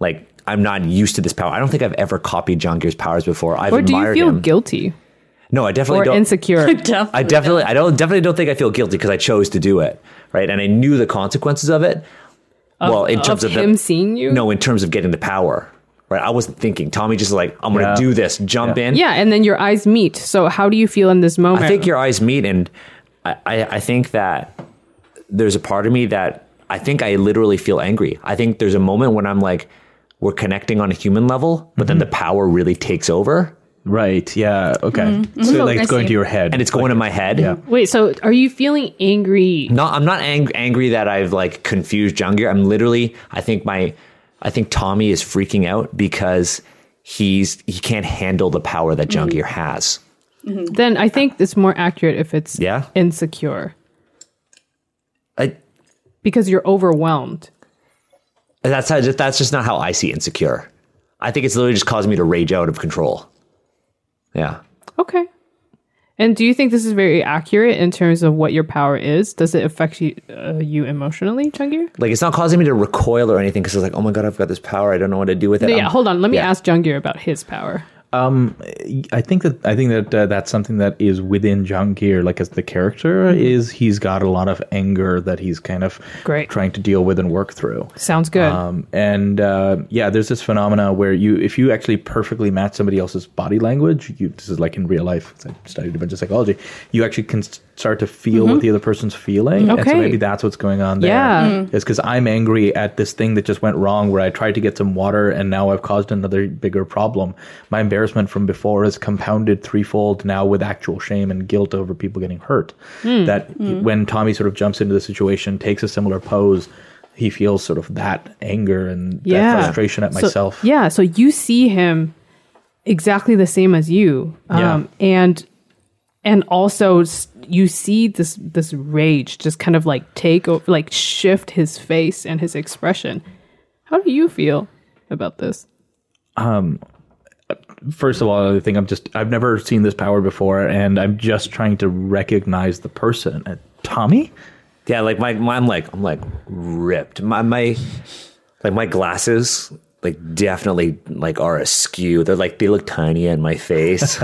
Speaker 1: like I'm not used to this power. I don't think I've ever copied John Gear's powers before. I've
Speaker 2: Or do you
Speaker 1: admired
Speaker 2: feel
Speaker 1: him.
Speaker 2: guilty
Speaker 1: no, I definitely
Speaker 2: or
Speaker 1: don't.
Speaker 2: insecure?
Speaker 1: I definitely, I don't definitely don't think I feel guilty because I chose to do it, right? And I knew the consequences of it. well, in
Speaker 2: of
Speaker 1: terms of, the-
Speaker 2: him seeing you?
Speaker 1: no, in terms of getting the power, right? I wasn't thinking. Tommy just like, I'm going to
Speaker 4: Yeah.
Speaker 1: do this, jump in.
Speaker 2: yeah, and then your eyes meet. So, how do you feel in this moment?
Speaker 1: I think your eyes meet, and I, I, I think that there's a part of me that I think I literally feel angry. I think there's a moment when I'm like, we're connecting on a human level, but
Speaker 4: Mm-hmm.
Speaker 1: then the power really takes over,
Speaker 4: right. Yeah. Okay.
Speaker 3: Mhm.
Speaker 4: So like
Speaker 3: I
Speaker 4: it's going
Speaker 3: see.
Speaker 4: to your head,
Speaker 1: and it's going to my head.
Speaker 4: Yeah.
Speaker 2: Wait, so are you feeling angry?
Speaker 1: No, I'm not ang- angry that I've like confused Jungir. I'm literally, I think my, I think Tommy is freaking out because he's he can't handle the power that
Speaker 2: Mm-hmm.
Speaker 1: Jungir has.
Speaker 2: Then I think it's more accurate if it's
Speaker 1: Yeah.
Speaker 2: insecure
Speaker 1: I,
Speaker 2: because you're overwhelmed.
Speaker 1: that's how, that's just not how I see insecure. I think it's literally just caused me to rage out of control. Yeah.
Speaker 2: Okay. And do you think this is very accurate in terms of what your power is? Does it affect you, uh, you emotionally, Chungir?
Speaker 1: Like it's not causing me to recoil or anything because it's like, oh my god, I've got this power. I don't know what to do with it.
Speaker 2: No,
Speaker 1: I'm-
Speaker 4: um,
Speaker 2: yeah, hold on. Let me
Speaker 1: yeah.
Speaker 2: ask Jungir about his power.
Speaker 4: I think that I think that uh, that's something that is within Jangir. Like as the character
Speaker 3: Mm-hmm.
Speaker 4: is, he's got a lot of anger that he's kind of
Speaker 2: Great.
Speaker 4: trying to deal with and work through.
Speaker 2: Sounds good.
Speaker 4: Um, and uh, yeah, there's this phenomena where you, if you actually perfectly match somebody else's body language, you, this is like in real life. 'cause I studied a bunch of psychology. You actually can s- start to feel what the other person's feeling, and so
Speaker 2: Okay.
Speaker 4: maybe that's what's going on there.
Speaker 2: Yeah.
Speaker 4: it's because I'm angry at this thing that just went wrong, where I tried to get some water and now I've caused another bigger problem. My embarrassment from before is compounded threefold now with actual shame and guilt over people getting hurt.
Speaker 2: Hmm.
Speaker 4: That when Tommy sort of jumps into the situation, takes a similar pose. He feels sort of that anger and
Speaker 2: Yeah.
Speaker 4: that frustration at
Speaker 2: So-
Speaker 4: myself.
Speaker 2: yeah, so you see him exactly the same as you,
Speaker 4: Yeah.
Speaker 2: um, and and also s- you see this this rage just kind of like take over, like shift his face and his expression. How do you feel about this?
Speaker 4: First of all, I think I'm just I've never seen this power before, and I'm just trying to recognize the person. Uh, Tommy,
Speaker 1: Yeah, like my, my I'm like I'm like ripped. My my Like my glasses, like definitely like are askew. They're like they look tiny in my face.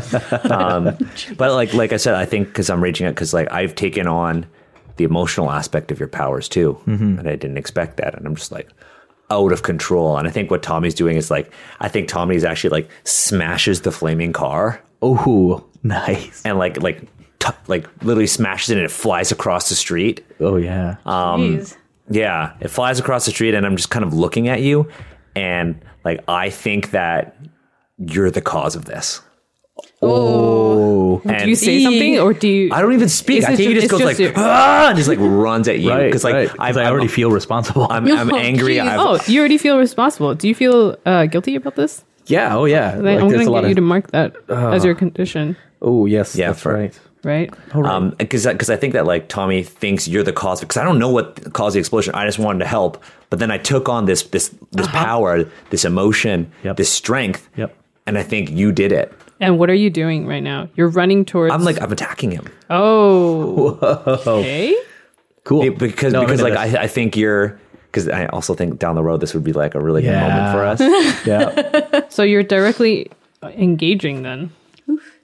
Speaker 1: um, but like like I said, I think because I'm reaching out because like I've taken on the emotional aspect of your powers too, and I didn't expect that, and I'm just like out of control. And I think what Tommy's doing is like I think Tommy's actually like smashes the flaming car
Speaker 4: Oh, nice.
Speaker 1: and like like t- like literally smashes it and it flies across the street.
Speaker 4: Oh yeah.
Speaker 1: um,
Speaker 3: Jeez.
Speaker 1: Yeah, it flies across the street, and I'm just kind of looking at you, and like I think that you're the cause of this.
Speaker 4: oh,
Speaker 1: And
Speaker 2: Do you say
Speaker 3: Eee.
Speaker 2: something or do you?
Speaker 1: I don't even speak.
Speaker 2: It's
Speaker 1: I think he
Speaker 2: just-
Speaker 1: just goes
Speaker 2: it's
Speaker 1: like
Speaker 2: just you.
Speaker 1: ah, and just like runs at you
Speaker 4: right.
Speaker 1: because like
Speaker 4: right.
Speaker 1: I've,
Speaker 4: 'Cause I already
Speaker 1: I'm,
Speaker 4: feel responsible.
Speaker 1: I'm, I'm
Speaker 3: Oh,
Speaker 1: angry.
Speaker 3: geez.
Speaker 1: I've,
Speaker 2: Oh, you already feel responsible. Do you feel uh, guilty about this?
Speaker 4: yeah. Oh
Speaker 2: Then
Speaker 4: yeah.
Speaker 2: I'm
Speaker 4: there's
Speaker 2: going
Speaker 4: a
Speaker 2: to
Speaker 4: lot
Speaker 2: get you
Speaker 4: of- Ah.
Speaker 2: to mark that as your condition,
Speaker 4: oh yes.
Speaker 1: Yeah,
Speaker 4: That's
Speaker 1: for-
Speaker 4: right.
Speaker 2: right?
Speaker 1: Um, because because I think that like Tommy thinks you're the cause because I don't know what caused the explosion. I just wanted to help, but then I took on this this this
Speaker 2: Uh-huh.
Speaker 1: power, this emotion,
Speaker 4: Yep.
Speaker 1: this strength,
Speaker 4: Yep.
Speaker 1: and I think you did it.
Speaker 2: And what are you doing right now? You're running towards.
Speaker 1: I'm like I'm attacking him
Speaker 2: oh, okay.
Speaker 4: Cool.
Speaker 1: It- because
Speaker 4: Oh. No, I'm
Speaker 1: because
Speaker 4: into
Speaker 1: like
Speaker 4: this.
Speaker 1: I, I think you're because I also think down the road this would be like a really
Speaker 4: Yeah.
Speaker 1: good moment for us.
Speaker 4: yeah.
Speaker 2: So you're directly engaging then.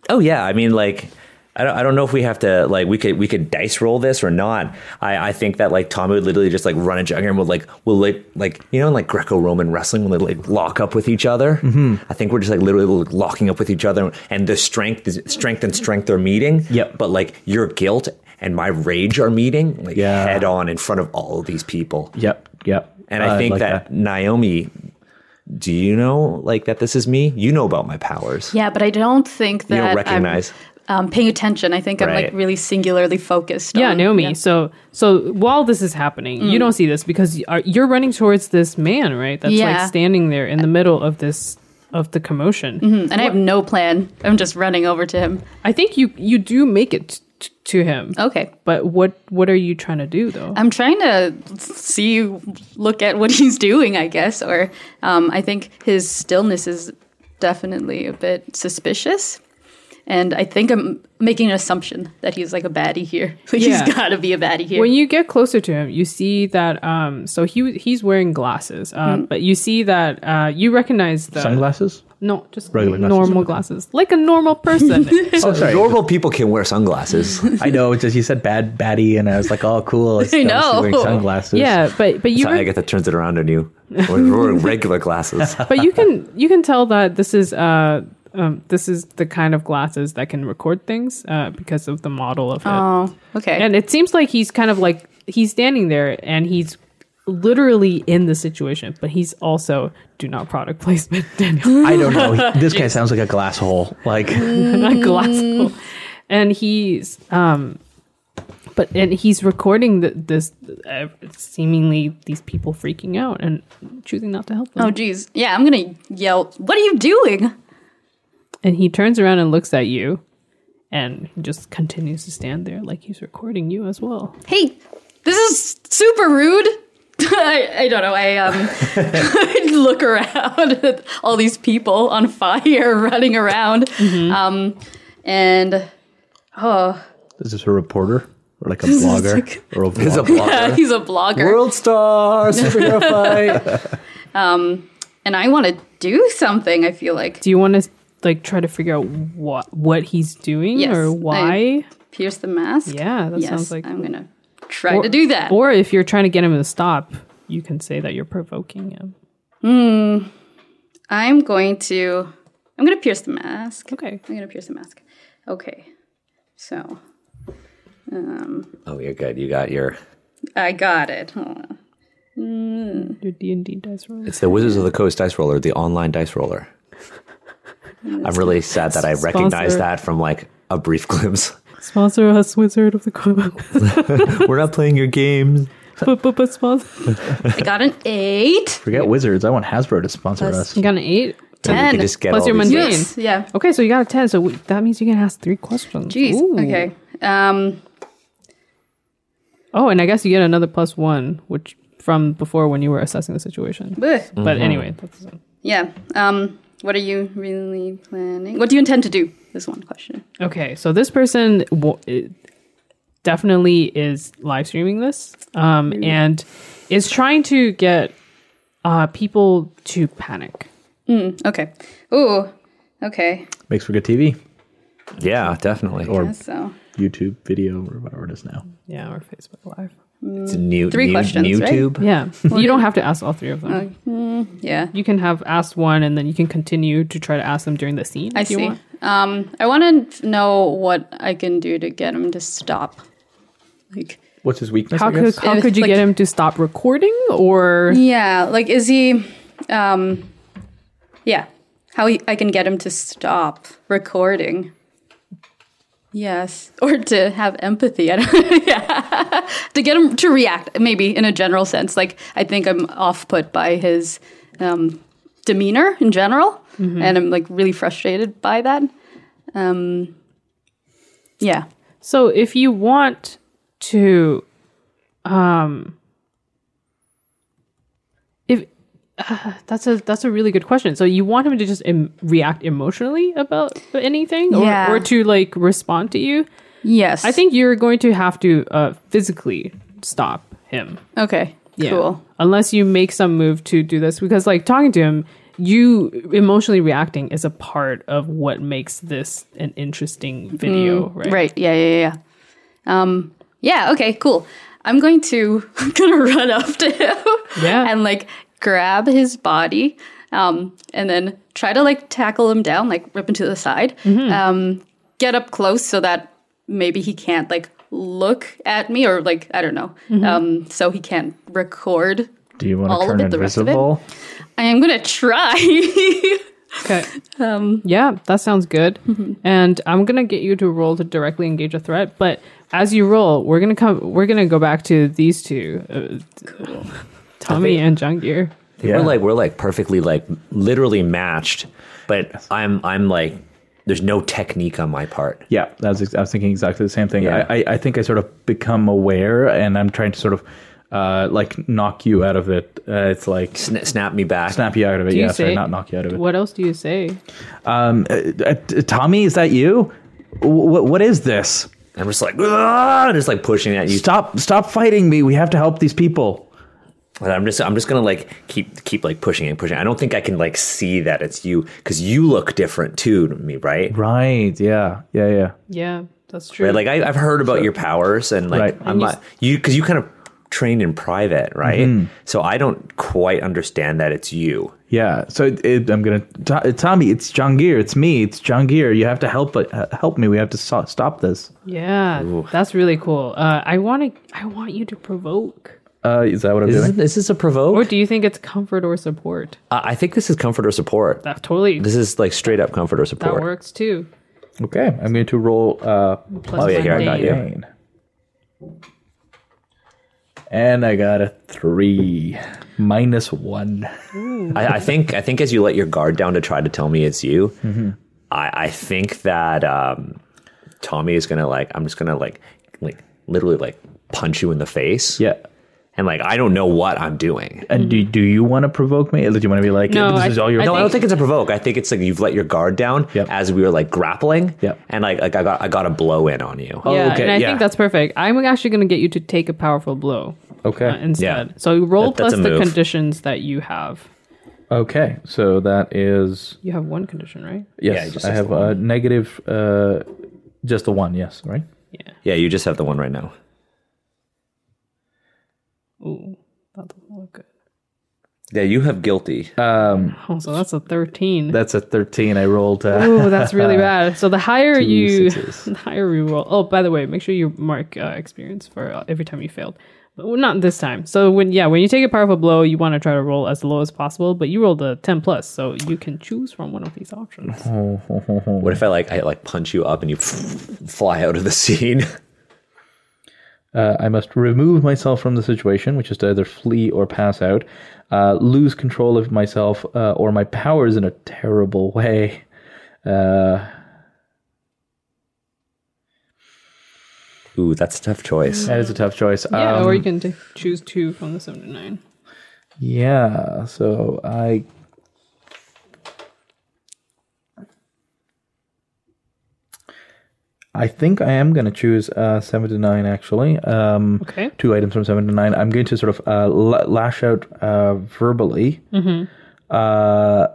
Speaker 1: oh yeah, I mean like. I don't, I don't know if we have to like we could we could dice roll this or not. I, I think that like Tommy would literally just like run into Jugger and would like will like like you know in like Greco Roman wrestling when they like lock up with each other.
Speaker 4: Mm-hmm.
Speaker 1: I think we're just like literally like, locking up with each other and the strength is- strength and strength are meeting.
Speaker 4: Yep.
Speaker 1: But like your guilt and my rage are meeting like
Speaker 4: Yeah.
Speaker 1: head on in front of all of these people.
Speaker 4: Yep. Yep.
Speaker 1: And
Speaker 4: Uh,
Speaker 1: I think
Speaker 4: like
Speaker 1: Oh, that, Naomi, do you know like that this is me? You know about my powers.
Speaker 3: Yeah, but I don't think that
Speaker 1: You don't
Speaker 3: I'm,
Speaker 1: recognize.
Speaker 3: um, paying attention. I think I'm like
Speaker 1: Right.
Speaker 3: really singularly focused.
Speaker 2: Yeah,
Speaker 3: on,
Speaker 2: Naomi. So, so while this is happening, you don't see this because you are, you're running towards this man, right? That's
Speaker 3: Yeah.
Speaker 2: like standing there in the middle of this of the commotion.
Speaker 3: And I have no plan. I'm just running over to him.
Speaker 2: I think you you do make it t- to him.
Speaker 3: Okay.
Speaker 2: But what what are you trying to do though?
Speaker 3: I'm trying to see, look at what he's doing, I guess. Or um, I think his stillness is definitely a bit suspicious. And I think I'm making an assumption that he's like a baddie here.
Speaker 2: Yeah.
Speaker 3: He's got to be a baddie here.
Speaker 2: when you get closer to him, you see that um so he he's wearing glasses. Um but you see that uh you recognize the
Speaker 4: sunglasses.
Speaker 2: No, just
Speaker 4: Regular glasses.
Speaker 2: normal glasses. Like a normal person.
Speaker 1: Oh, sorry. Normal people can wear sunglasses.
Speaker 4: I know. It's just you said bad baddie, and I was like, oh, cool. It's
Speaker 3: I
Speaker 4: obviously
Speaker 3: know.
Speaker 4: Wearing sunglasses.
Speaker 2: yeah, but but you
Speaker 1: Sorry,
Speaker 2: rec-
Speaker 1: I get that turns it around on you. We're wearing regular glasses.
Speaker 2: but you can you can tell that this is uh um, this is the kind of glasses that can record things uh, because of the model of it.
Speaker 3: oh, okay.
Speaker 2: and it seems like he's kind of like he's standing there and he's literally in the situation, but he's also do not product placement, Daniel.
Speaker 4: I don't know. He- This guy sounds like a glass hole. Like
Speaker 3: Mm.
Speaker 2: not glass. And he's um but and he's recording th this uh, seemingly these people freaking out and choosing not to help them.
Speaker 3: oh, geez. Yeah, I'm going to yell, What are you doing?
Speaker 2: And he turns around and looks at you and he just continues to stand there like he's recording you as well.
Speaker 3: Hey, this is super rude. I, I don't know. I um I look around at all these people on fire running around.
Speaker 2: Mm-hmm.
Speaker 3: Um, and oh,
Speaker 4: is this a reporter or like a blogger
Speaker 3: like-
Speaker 4: or a
Speaker 1: It's a
Speaker 4: vlogger?
Speaker 1: blogger.
Speaker 3: he's a blogger.
Speaker 1: World star superhero fight.
Speaker 3: and I want to do something. I feel like
Speaker 2: Do you want to like try to figure out what what he's doing
Speaker 3: Yes,
Speaker 2: or
Speaker 3: I-
Speaker 2: why?
Speaker 3: pierce the mask.
Speaker 2: Yeah, that
Speaker 3: yes,
Speaker 2: sounds like.
Speaker 3: I'm gonna try to do that.
Speaker 2: Or if you're trying to get him to stop, you can say that you're provoking him.
Speaker 3: I'm going to. I'm gonna pierce the mask.
Speaker 2: Okay.
Speaker 3: I'm gonna pierce the mask. Okay, so
Speaker 1: Oh, you're good. You got your.
Speaker 3: I got it. Hold on.
Speaker 2: Your D and D dice roll.
Speaker 1: It's the Wizards of the Coast dice roller, the online dice roller. I'm really sad that I recognize
Speaker 2: Sponsor.
Speaker 1: that from like a brief glimpse.
Speaker 2: Sponsor us, Wizard of the Coast.
Speaker 1: We're not playing your games.
Speaker 2: but, but, but sponsor.
Speaker 3: I got an eight.
Speaker 4: Forget wizards. I want Hasbro to sponsor us.
Speaker 2: You got an eight.
Speaker 1: We
Speaker 3: Ten.
Speaker 1: could just get
Speaker 2: Plus
Speaker 1: all
Speaker 2: your
Speaker 1: these-
Speaker 2: mundane.
Speaker 3: Yes. Yeah.
Speaker 2: Okay, so you got a ten. So we, that means you can ask three questions.
Speaker 3: Jeez.
Speaker 2: Ooh.
Speaker 3: Okay. Um,
Speaker 2: Oh, and I guess you get another plus one, which from before when you were assessing the situation.
Speaker 3: bleh.
Speaker 2: But
Speaker 1: Mm-hmm.
Speaker 2: anyway, that's,
Speaker 3: yeah. Um, what are you really planning? What do you intend to do? Is one question.
Speaker 2: okay. So this person w- it definitely is live streaming this, um, and is trying to get uh, people to panic.
Speaker 3: Hmm, Okay. Ooh. Okay.
Speaker 4: Makes for good TV
Speaker 1: Yeah, definitely.
Speaker 3: Mm,
Speaker 4: or
Speaker 3: So
Speaker 4: YouTube video or whatever it is now.
Speaker 2: Yeah, or Facebook Live.
Speaker 1: it's new,
Speaker 3: Three
Speaker 1: new,
Speaker 3: questions,
Speaker 1: new
Speaker 3: right?
Speaker 1: tube.
Speaker 2: Yeah, you don't have to ask all three of them.
Speaker 3: yeah.
Speaker 2: you can have asked one, and then you can continue to try to ask them during the scene.
Speaker 3: I
Speaker 2: if you
Speaker 3: see.
Speaker 2: want.
Speaker 3: Um, I want to know what I can do to get him to stop. Like,
Speaker 4: What's his weakness?
Speaker 2: How
Speaker 4: I
Speaker 2: could
Speaker 4: guess?
Speaker 2: how
Speaker 3: If,
Speaker 2: could you
Speaker 3: like-
Speaker 2: get him to stop recording
Speaker 3: Mm.
Speaker 2: or?
Speaker 3: yeah, like is he? Um, yeah, how he, I can get him to stop recording? Yes, or to have empathy. I don't, yeah, to get him to react, maybe in a general sense. Like, I think I'm off put by his um, demeanor in general, and I'm like really frustrated by that. Um, yeah.
Speaker 2: So if you want to, um, if uh, that's a that's a really good question. So you want him to just em- react emotionally about anything, or,
Speaker 3: Yeah.
Speaker 2: or to like respond to you.
Speaker 3: Yes.
Speaker 2: I think you're going to have to uh, physically stop him.
Speaker 3: Okay. Cool.
Speaker 2: Unless you make some move to do this, because like talking to him, you emotionally reacting is a part of what makes this an interesting video, Mm, right?
Speaker 3: Right. Yeah. Yeah. Yeah. yeah. Um. Yeah. Okay. Cool. I'm going to I'm gonna run up to him.
Speaker 2: Yeah.
Speaker 3: And like grab his body. Um. And then try to like tackle him down, like rip him to the side.
Speaker 2: Mm-hmm.
Speaker 3: Um. Get up close so that maybe he can't like look at me or like I don't know.
Speaker 2: Mm-hmm.
Speaker 3: Um. So he can't record.
Speaker 4: Do you want
Speaker 3: all
Speaker 4: to
Speaker 3: of
Speaker 4: turn
Speaker 3: it, the rest of it?
Speaker 4: invisible?
Speaker 3: I am gonna try.
Speaker 2: Okay. Um, Mhm. yeah, that sounds good. And I'm gonna get you to roll to directly engage a threat. But as you roll, we're gonna come. We're gonna go back to these two, uh, Tommy and Jungir.
Speaker 1: I think We're like we're like perfectly like literally matched, but I'm I'm like there's no technique on my part.
Speaker 4: Yeah, that was, ex- I was thinking exactly the same thing.
Speaker 1: Yeah.
Speaker 4: I, I, I think I sort of become aware, and I'm trying to sort of uh, like knock you out of it. Uh, it's like
Speaker 1: Sna- snap me back.
Speaker 4: snap you out of it.
Speaker 2: Do
Speaker 4: Yeah,
Speaker 2: you
Speaker 4: sorry,
Speaker 2: say
Speaker 4: not knock you out of it.
Speaker 2: What else do you say?
Speaker 4: Uh, t- Tommy, is that you? What what is this?
Speaker 1: I'm just like "Ah," just like pushing at you.
Speaker 4: Stop stop fighting me. We have to help these people.
Speaker 1: And I'm just I'm just gonna like keep keep like pushing and pushing. I don't think I can like see that it's you because you look different too to me, right?
Speaker 4: Right. Yeah. Yeah. Yeah.
Speaker 2: Yeah, that's true.
Speaker 1: Right. Like I, I've heard about your powers and like
Speaker 4: Right.
Speaker 1: I'm not you because you kind of trained in private, right?
Speaker 4: Mm-hmm.
Speaker 1: So I don't quite understand that it's you.
Speaker 4: Yeah. So it, it- I'm gonna To- Tommy. It's Jangir. It's me. It's Jangir. You have to help uh, help me. We have to so- stop this.
Speaker 2: yeah, that's really cool. Uh, I want to. I want you to provoke.
Speaker 4: Uh, is that what I'm
Speaker 1: Is
Speaker 4: doing?
Speaker 1: this, is this a
Speaker 2: Or
Speaker 1: provoke?
Speaker 2: do you think it's comfort or support?
Speaker 1: I I think this is comfort or support.
Speaker 2: That totally
Speaker 1: This is like straight up comfort or
Speaker 2: that
Speaker 1: support.
Speaker 2: works too.
Speaker 4: Okay. I'm going to roll. Uh,
Speaker 2: Plus
Speaker 1: Oh, yeah, here, I got
Speaker 2: mundane.
Speaker 1: you.
Speaker 4: Dane. And I got a three minus one.
Speaker 1: I, I think I think as you let your guard down to try to tell me it's you, I, I think that um, Tommy is gonna like I'm just gonna like like literally like punch you in the face.
Speaker 4: Yeah.
Speaker 1: And like I don't know what I'm doing.
Speaker 4: And do, do you want to provoke me? Or Do you want to be like,
Speaker 2: Hmm. No,
Speaker 4: this
Speaker 2: I-
Speaker 4: is all your
Speaker 2: I
Speaker 1: No, I don't
Speaker 2: think-
Speaker 1: think it's a provoke. I think it's like you've let your guard down
Speaker 4: Yep.
Speaker 1: as we were like grappling.
Speaker 4: Yep.
Speaker 1: And like like I got I got a blow in on you.
Speaker 4: Oh,
Speaker 2: yeah,
Speaker 4: okay,
Speaker 2: and I
Speaker 4: yeah.
Speaker 2: think that's perfect. I'm actually going to get you to take a powerful blow uh,
Speaker 4: Okay.
Speaker 2: instead.
Speaker 1: Yeah.
Speaker 2: So roll
Speaker 1: That- that's
Speaker 2: plus
Speaker 1: a
Speaker 2: the
Speaker 1: move.
Speaker 2: conditions that you have.
Speaker 4: Okay. So that is,
Speaker 2: You have one condition, right?
Speaker 1: Yeah, it
Speaker 4: yes,
Speaker 1: just
Speaker 4: I
Speaker 1: says
Speaker 4: have
Speaker 1: the
Speaker 4: a negative, uh, just the one, yes, right?
Speaker 1: Yeah, you just have the one right now.
Speaker 2: Ooh, that doesn't look good.
Speaker 1: Yeah, you have guilty.
Speaker 2: Oh, so that's a 13.
Speaker 4: That's a 13. I rolled. Uh,
Speaker 2: Ooh, that's really bad. So the higher you,
Speaker 4: sixes.
Speaker 2: the higher you roll. Oh, by the way, make sure you mark uh, experience for uh, every time you failed. But well, not this time. So when yeah, when you take a powerful blow, you want to try to roll as low as possible. But you rolled a ten plus, so you can choose from one of these options.
Speaker 1: what if I like I like punch you up and you fly out of the scene?
Speaker 4: uh, I must remove myself from the situation, which is to either flee or pass out, uh, lose control of myself uh, or my powers in a terrible way. Uh,
Speaker 1: Ooh, that's a tough choice.
Speaker 4: That is a tough choice.
Speaker 2: Yeah,
Speaker 4: um,
Speaker 2: or you can t- choose two from the seven to nine.
Speaker 4: yeah. So I. I think I am going to choose uh, seven to nine. Actually, um,
Speaker 2: Okay.
Speaker 4: two items from seven to nine. I'm going to sort of uh, la- lash out uh, verbally,
Speaker 2: Mm-hmm.
Speaker 4: uh,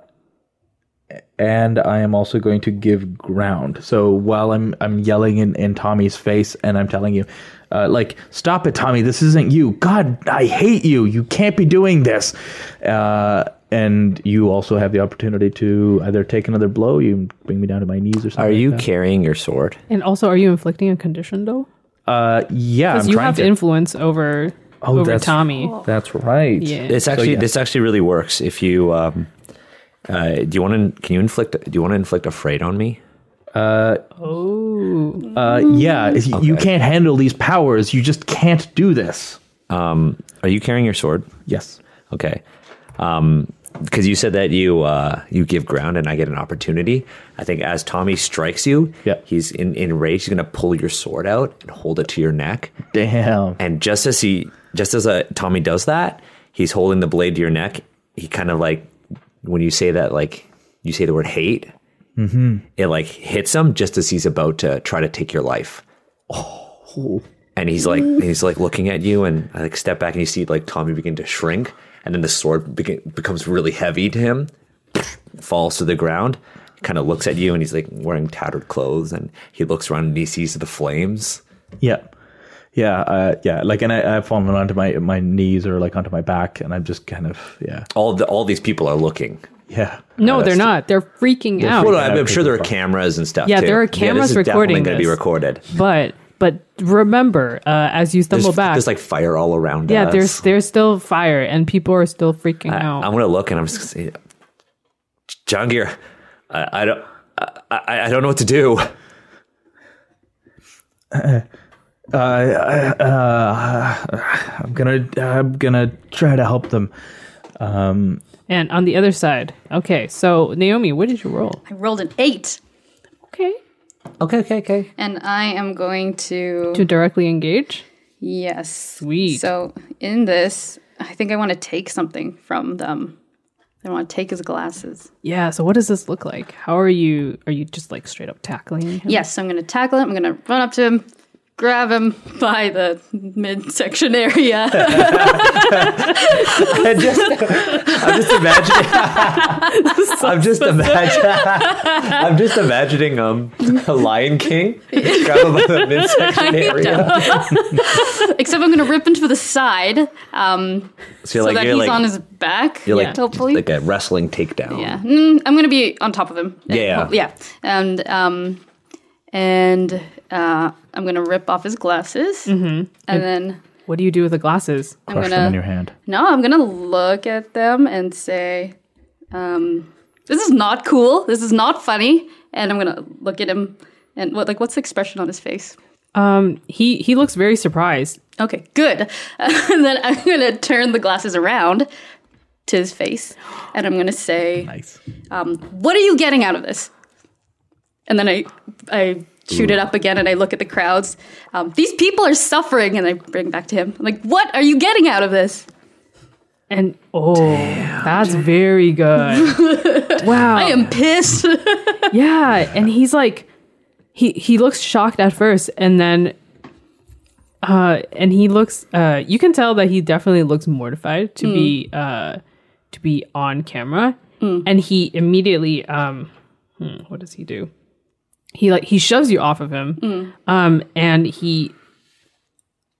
Speaker 4: and I am also going to give ground. So while I'm I'm yelling in, in Tommy's face, and I'm telling you, uh, like, stop it, Tommy. This isn't you. God, I hate you. You can't be doing this. Uh, and you also have the opportunity to either take another blow, you bring me down to my knees, or something.
Speaker 1: Are you
Speaker 4: Like that.
Speaker 1: carrying your sword?
Speaker 2: And also, are you inflicting a condition though?
Speaker 4: Uh, yeah, I'm
Speaker 2: Because you
Speaker 4: trying
Speaker 2: have
Speaker 4: to.
Speaker 2: influence over
Speaker 4: Oh,
Speaker 2: over
Speaker 4: that's-
Speaker 2: Tommy.
Speaker 4: That's right.
Speaker 2: Yeah.
Speaker 1: It's actually
Speaker 4: yeah.
Speaker 1: this actually really works. If you um, uh, do you want to can you inflict do you want to inflict a freight on me?
Speaker 2: Oh,
Speaker 4: Uh, yeah, if you, you can't handle these powers. You just can't do this.
Speaker 1: Um, are you carrying your sword?
Speaker 4: Yes.
Speaker 1: Okay. Um, because you said that you uh, you give ground and I get an opportunity. I think as Tommy strikes you,
Speaker 4: Yeah.
Speaker 1: he's in enraged. He's gonna pull your sword out and hold it to your neck.
Speaker 4: Damn.
Speaker 1: And just as he, just as uh, Tommy does that, he's holding the blade to your neck. He kind of like when you say that, like you say the word hate, it like hits him just as he's about to try to take your life. And he's like, he's like looking at you, and I like step back, and you see like Tommy begin to shrink, and then the sword begin, becomes really heavy to him, falls to the ground, kind of looks at you, and he's like wearing tattered clothes, and he looks around and he sees the flames.
Speaker 4: Yeah. Yeah. Uh, yeah. Like, and I, I've fallen onto my my knees or like onto my back, and I'm just kind of yeah.
Speaker 1: All the all these people are looking.
Speaker 4: Yeah.
Speaker 2: no,
Speaker 4: Uh,
Speaker 2: they're not. They're freaking out.
Speaker 1: Well, no,
Speaker 4: Yeah,
Speaker 1: I'm, I'm sure there are
Speaker 4: people-
Speaker 1: cameras and stuff.
Speaker 2: Yeah,
Speaker 1: too.
Speaker 2: there are cameras
Speaker 1: this is
Speaker 2: recording
Speaker 1: Definitely going to be
Speaker 2: this.
Speaker 1: recorded.
Speaker 2: But but remember, uh, as you
Speaker 1: There's,
Speaker 2: stumble back,
Speaker 1: there's like fire all around
Speaker 2: yeah,
Speaker 1: us.
Speaker 2: there's there's still fire and people are still freaking
Speaker 1: I,
Speaker 2: out.
Speaker 1: I'm going to look and I'm just going to say, John Gear, I, I don't. I, I I don't know what to do.
Speaker 4: Uh, I'm gonna I'm gonna try to help them.
Speaker 2: and on the other side, okay. So Naomi, what did you roll?
Speaker 3: I rolled an eight,
Speaker 2: Okay,
Speaker 1: Okay, okay, okay.
Speaker 3: and I am going to
Speaker 2: to directly engage.
Speaker 3: yes,
Speaker 2: Sweet.
Speaker 3: So in this, I think I want to take something from them. I want to take his glasses.
Speaker 2: Yeah. So what does this look like? How are you? Are you just like straight up tackling him?
Speaker 3: Yes, I'm going to tackle him. I'm going to run up to him, grab him by the midsection area.
Speaker 1: And just, I'm just imagining. I'm just imagining. I'm just imagining um a Lion King grab him by the midsection area.
Speaker 3: Except I'm going to rip into the side, um,
Speaker 1: So you're
Speaker 3: so
Speaker 1: like
Speaker 3: that
Speaker 1: you're
Speaker 3: he's
Speaker 1: like
Speaker 3: on his back.
Speaker 1: you're
Speaker 2: yeah,
Speaker 1: like
Speaker 3: hopefully.
Speaker 1: like a wrestling takedown.
Speaker 3: yeah, Mm, I'm going to be on top of him.
Speaker 1: Yeah.
Speaker 3: yeah, and um, and uh, I'm going to rip off his glasses,
Speaker 1: Mm-hmm.
Speaker 3: and then
Speaker 2: What do you do with the glasses?
Speaker 3: I'm
Speaker 4: Crush
Speaker 3: going
Speaker 4: them in
Speaker 3: to
Speaker 4: your hand.
Speaker 3: No, I'm gonna look at them and say, um, "This is not cool. This is not funny." And I'm gonna look at him and what, like, what's the expression on his face?
Speaker 2: Um, he he looks very surprised.
Speaker 3: Okay, good. and then I'm gonna turn the glasses around to his face, and I'm gonna say,
Speaker 4: Nice.
Speaker 3: um, "What are you getting out of this?" And then I, I shoot it up again, and I look at the crowds. Um, These people are suffering, and I bring back to him. I'm like, "What are you getting out of this?"
Speaker 2: And oh, that's very good. wow.
Speaker 3: I am pissed.
Speaker 2: Yeah, and he's like, he he looks shocked at first, and then, uh, and he looks. Uh, you can tell that he definitely looks mortified to be uh to be on camera, and he immediately um, hmm, what does he do? He like he shoves you off of him, um, and he.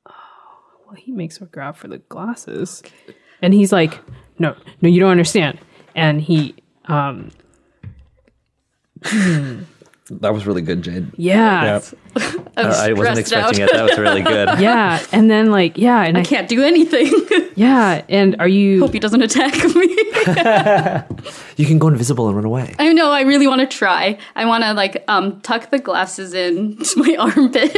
Speaker 2: Oh, well, he makes a grab for the glasses, and he's like, "No, no, you don't understand." And he, um,
Speaker 1: That was really good, Jade.
Speaker 2: yeah,
Speaker 3: I'm
Speaker 1: I wasn't
Speaker 3: stressed out.
Speaker 1: expecting it. That was really good.
Speaker 2: yeah and then like yeah and I,
Speaker 3: can't do anything.
Speaker 2: yeah and are you
Speaker 3: Hope he doesn't attack me.
Speaker 1: You can go invisible and run away.
Speaker 3: I know. I really want to try. I want to like um, tuck the glasses in to my armpit,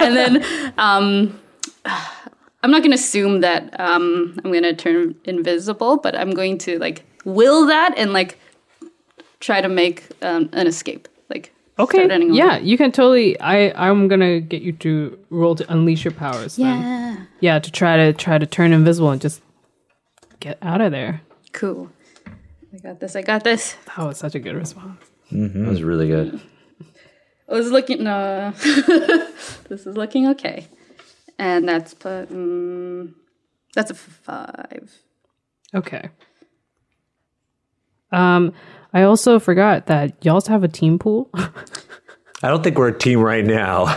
Speaker 3: and then um, I'm not going to assume that um, I'm going to turn invisible, but I'm going to like will that and like try to make um, an escape. Like
Speaker 2: okay
Speaker 3: start running away.
Speaker 2: yeah you can totally i i'm gonna get you to roll to unleash your powers then.
Speaker 3: yeah,
Speaker 2: yeah to try to try to turn invisible and just get out of there
Speaker 3: cool. I got this. I got this.
Speaker 1: Mm,
Speaker 2: that was such a good response
Speaker 1: That was really good.
Speaker 3: I was looking. No, this is looking okay, and that's put. Mm, that's a five.
Speaker 2: Okay. Um, I also forgot that y'all have a team pool.
Speaker 1: I don't think we're a team right now.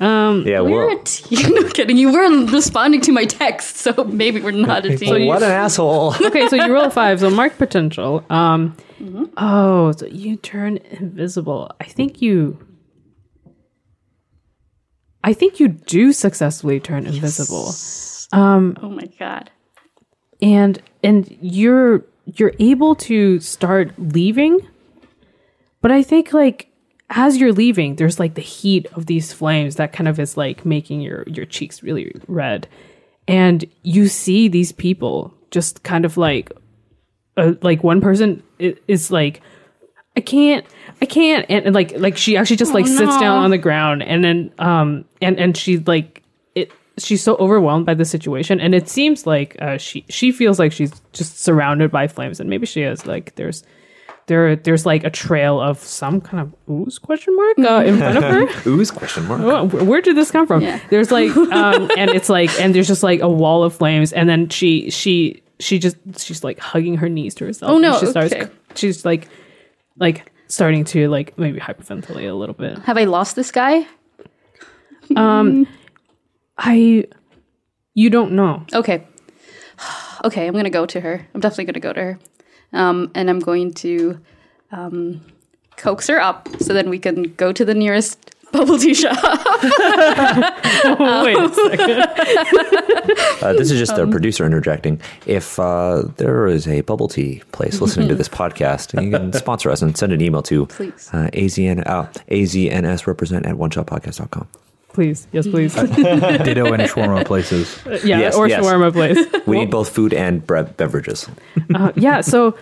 Speaker 1: Um, yeah,
Speaker 3: We're
Speaker 1: we're.
Speaker 3: a team. No kidding. You were responding to my text, so maybe we're not a team.
Speaker 1: what an asshole.
Speaker 2: okay, so you roll a five, so mark potential. Um, oh, so you turn invisible. I think you. I think you do successfully turn invisible,
Speaker 3: oh my god.
Speaker 2: and and you're you're able to start leaving, but I think like as you're leaving, there's like the heat of these flames that kind of is like making your your cheeks really red, and you see these people just kind of like uh, like one person i- is like i can't i can't and, and, like like she actually just like sits down on the ground and then um and and she like it she's so overwhelmed by the situation and it seems like uh she she feels like she's just surrounded by flames and maybe she is like there's there there's like a trail of some kind of ooze question mark uh, in front of her
Speaker 1: Ooze question mark.
Speaker 2: Oh, wh- where did this come from?
Speaker 3: Yeah.
Speaker 2: There's like, um, and it's like, and there's just like a wall of flames, and then she, she, she just, she's like hugging her knees to herself.
Speaker 3: Oh,
Speaker 2: and
Speaker 3: no,
Speaker 2: She starts,
Speaker 3: okay.
Speaker 2: she's like, like starting to like maybe hyperventilate a little bit. Um,
Speaker 3: Have I lost this guy? Mm.
Speaker 2: I, you don't know.
Speaker 3: Okay. Okay, I'm gonna go to her. I'm definitely gonna go to her, um, and I'm going to um, coax her up so then we can go to the nearest bubble tea shop.
Speaker 1: Oh,
Speaker 2: Wait, a sec.
Speaker 1: Uh, this is just
Speaker 3: Um,
Speaker 1: the producer interjecting. If uh, there is a bubble tea place listening to this podcast, you can sponsor us and send an email to
Speaker 3: Please.
Speaker 1: uh, AZN, uh, AZNS represent at oneshotpodcast.com.
Speaker 2: please, yes, please,
Speaker 4: Ditto any shawarma places.
Speaker 2: yeah,
Speaker 1: Uh, Yes,
Speaker 2: or
Speaker 1: yes.
Speaker 2: shawarma place.
Speaker 1: We need both food and bre- beverages.
Speaker 2: Uh, yeah, so,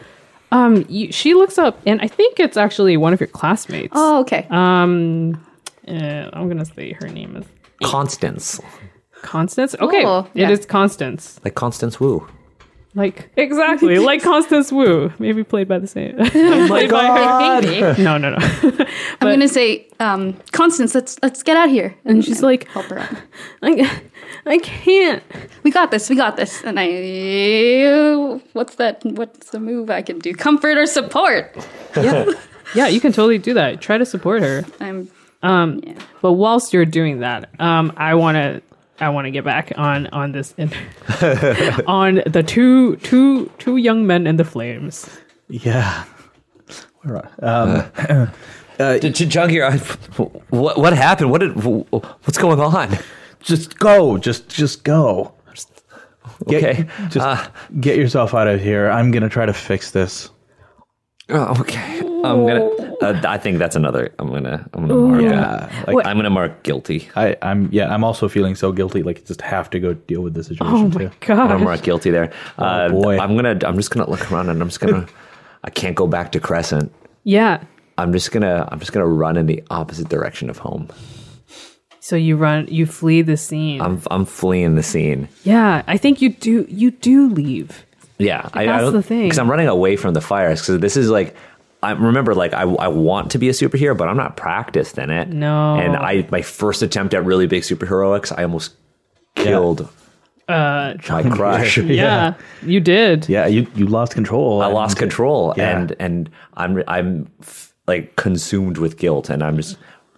Speaker 2: um, you, she looks up, and I think it's actually one of your classmates.
Speaker 3: oh, okay.
Speaker 2: Um, uh, I'm gonna say her name is
Speaker 1: Constance.
Speaker 2: Constance. Okay,
Speaker 3: Oh,
Speaker 2: it
Speaker 3: yeah.
Speaker 2: is Constance.
Speaker 1: Like Constance Wu.
Speaker 2: Like exactly, like Constance Wu, maybe played by the same. played
Speaker 3: Maybe.
Speaker 2: by her. No, no, no.
Speaker 3: I'm gonna say, um, Constance, let's let's get out here.
Speaker 2: And she's like,
Speaker 3: help her up.
Speaker 2: I, I can't.
Speaker 3: We got this. We got this. And I, what's that? What's the move I can do? Comfort or support?
Speaker 2: Yeah, yeah, you can totally do that. Try to support her.
Speaker 3: I'm.
Speaker 2: But whilst you're doing that, um, I want to I want to get back on on this in- on the two two two young men in the flames.
Speaker 4: Yeah. Where are- uh,
Speaker 1: Uh, Junkier, what, what happened? What did, what's going on?
Speaker 4: just go. Just just go. Get,
Speaker 1: Okay. uh,
Speaker 4: Just get yourself out of here. I'm gonna try to fix this.
Speaker 1: Oh, okay. I'm gonna. Uh, I think that's another. I'm gonna. I'm gonna mark.
Speaker 4: Yeah.
Speaker 1: that.
Speaker 4: Like,
Speaker 1: I'm gonna mark guilty.
Speaker 4: I, I'm yeah. I'm also feeling so guilty. Like just have to go deal with this situation
Speaker 2: Oh
Speaker 4: too.
Speaker 2: my
Speaker 1: I'm gonna
Speaker 2: god!
Speaker 1: mark guilty there. Uh,
Speaker 4: boy.
Speaker 1: I'm gonna. I'm just gonna look around and I'm just gonna. I can't go back to Crescent.
Speaker 2: Yeah.
Speaker 1: I'm just gonna. I'm just gonna run in the opposite direction of home.
Speaker 2: So you run, you flee the scene.
Speaker 1: I'm. I'm fleeing the scene.
Speaker 2: yeah, I think you do. You do leave.
Speaker 1: Yeah, I,
Speaker 2: That's
Speaker 1: I don't,
Speaker 2: the thing.
Speaker 1: Because I'm running away from the fires. Because this is like, I remember, like I, I want to be a superhero, but I'm not practiced in it.
Speaker 2: No.
Speaker 1: and I my first attempt at really big superheroics, I almost killed my crush.
Speaker 2: Uh, Yeah, you did.
Speaker 4: Yeah, you you lost control. uh,
Speaker 1: I lost control,
Speaker 4: Yeah.
Speaker 1: and and I'm I'm f- like consumed with guilt, and I'm just.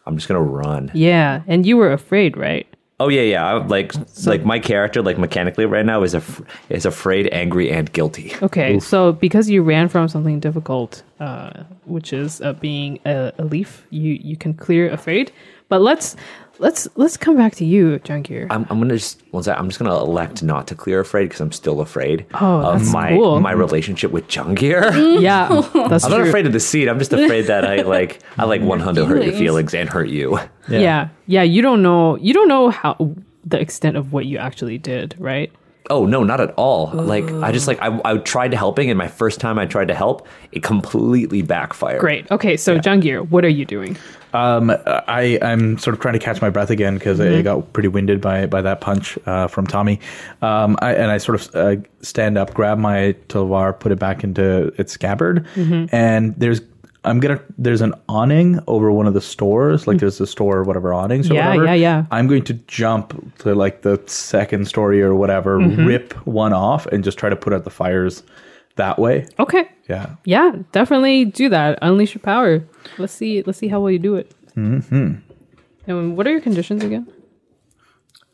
Speaker 1: I'm just gonna run.
Speaker 2: Yeah, and you were afraid, right?
Speaker 1: Oh yeah, yeah. I, like, like my character, like mechanically right now, is af- is afraid, angry, and guilty.
Speaker 2: Okay, so because you ran from something difficult, uh, which is uh, being a, a leaf, you you can clear afraid. But let's let's let's come back to you, Junkier.
Speaker 1: I'm, I'm gonna just one sec. I'm just gonna elect not to clear afraid because I'm still afraid
Speaker 2: Oh,
Speaker 1: of
Speaker 2: that's
Speaker 1: my
Speaker 2: cool. Mm.
Speaker 1: my relationship with Jungier.
Speaker 2: yeah, that's
Speaker 1: I'm
Speaker 2: true.
Speaker 1: not afraid of the seed. I'm just afraid that I like I like one hundo hurt your
Speaker 3: Feelings.
Speaker 1: feelings and hurt you.
Speaker 2: Yeah. yeah, You don't know. You don't know how the extent of what you actually did, right?
Speaker 1: Oh no, not at all. Like I just like I, I tried to helping, and my first time I tried to help, it completely backfired.
Speaker 2: Great. Okay, so Jungier, what are you doing?
Speaker 4: Um, I I'm sort of trying to catch my breath again because
Speaker 2: Mm-hmm.
Speaker 4: I got pretty winded by by that punch uh, from Tommy. Um, I, and I sort of uh,
Speaker 2: Mm-hmm.
Speaker 4: stand up, grab my tulwar, put it back into its scabbard, and there's I'm gonna. There's an awning over one of the stores. Like there's the store, whatever awnings
Speaker 2: Mm.
Speaker 4: or
Speaker 2: Yeah,
Speaker 4: whatever.
Speaker 2: yeah, yeah.
Speaker 4: I'm going to jump to like the second story or whatever,
Speaker 2: Mm-hmm.
Speaker 4: rip one off, and just try to put out the fires that way.
Speaker 2: Okay.
Speaker 4: Yeah.
Speaker 2: Yeah, definitely do that. Unleash your power. Let's see. Let's see how well you do it. Mm-hmm. And what are your conditions again?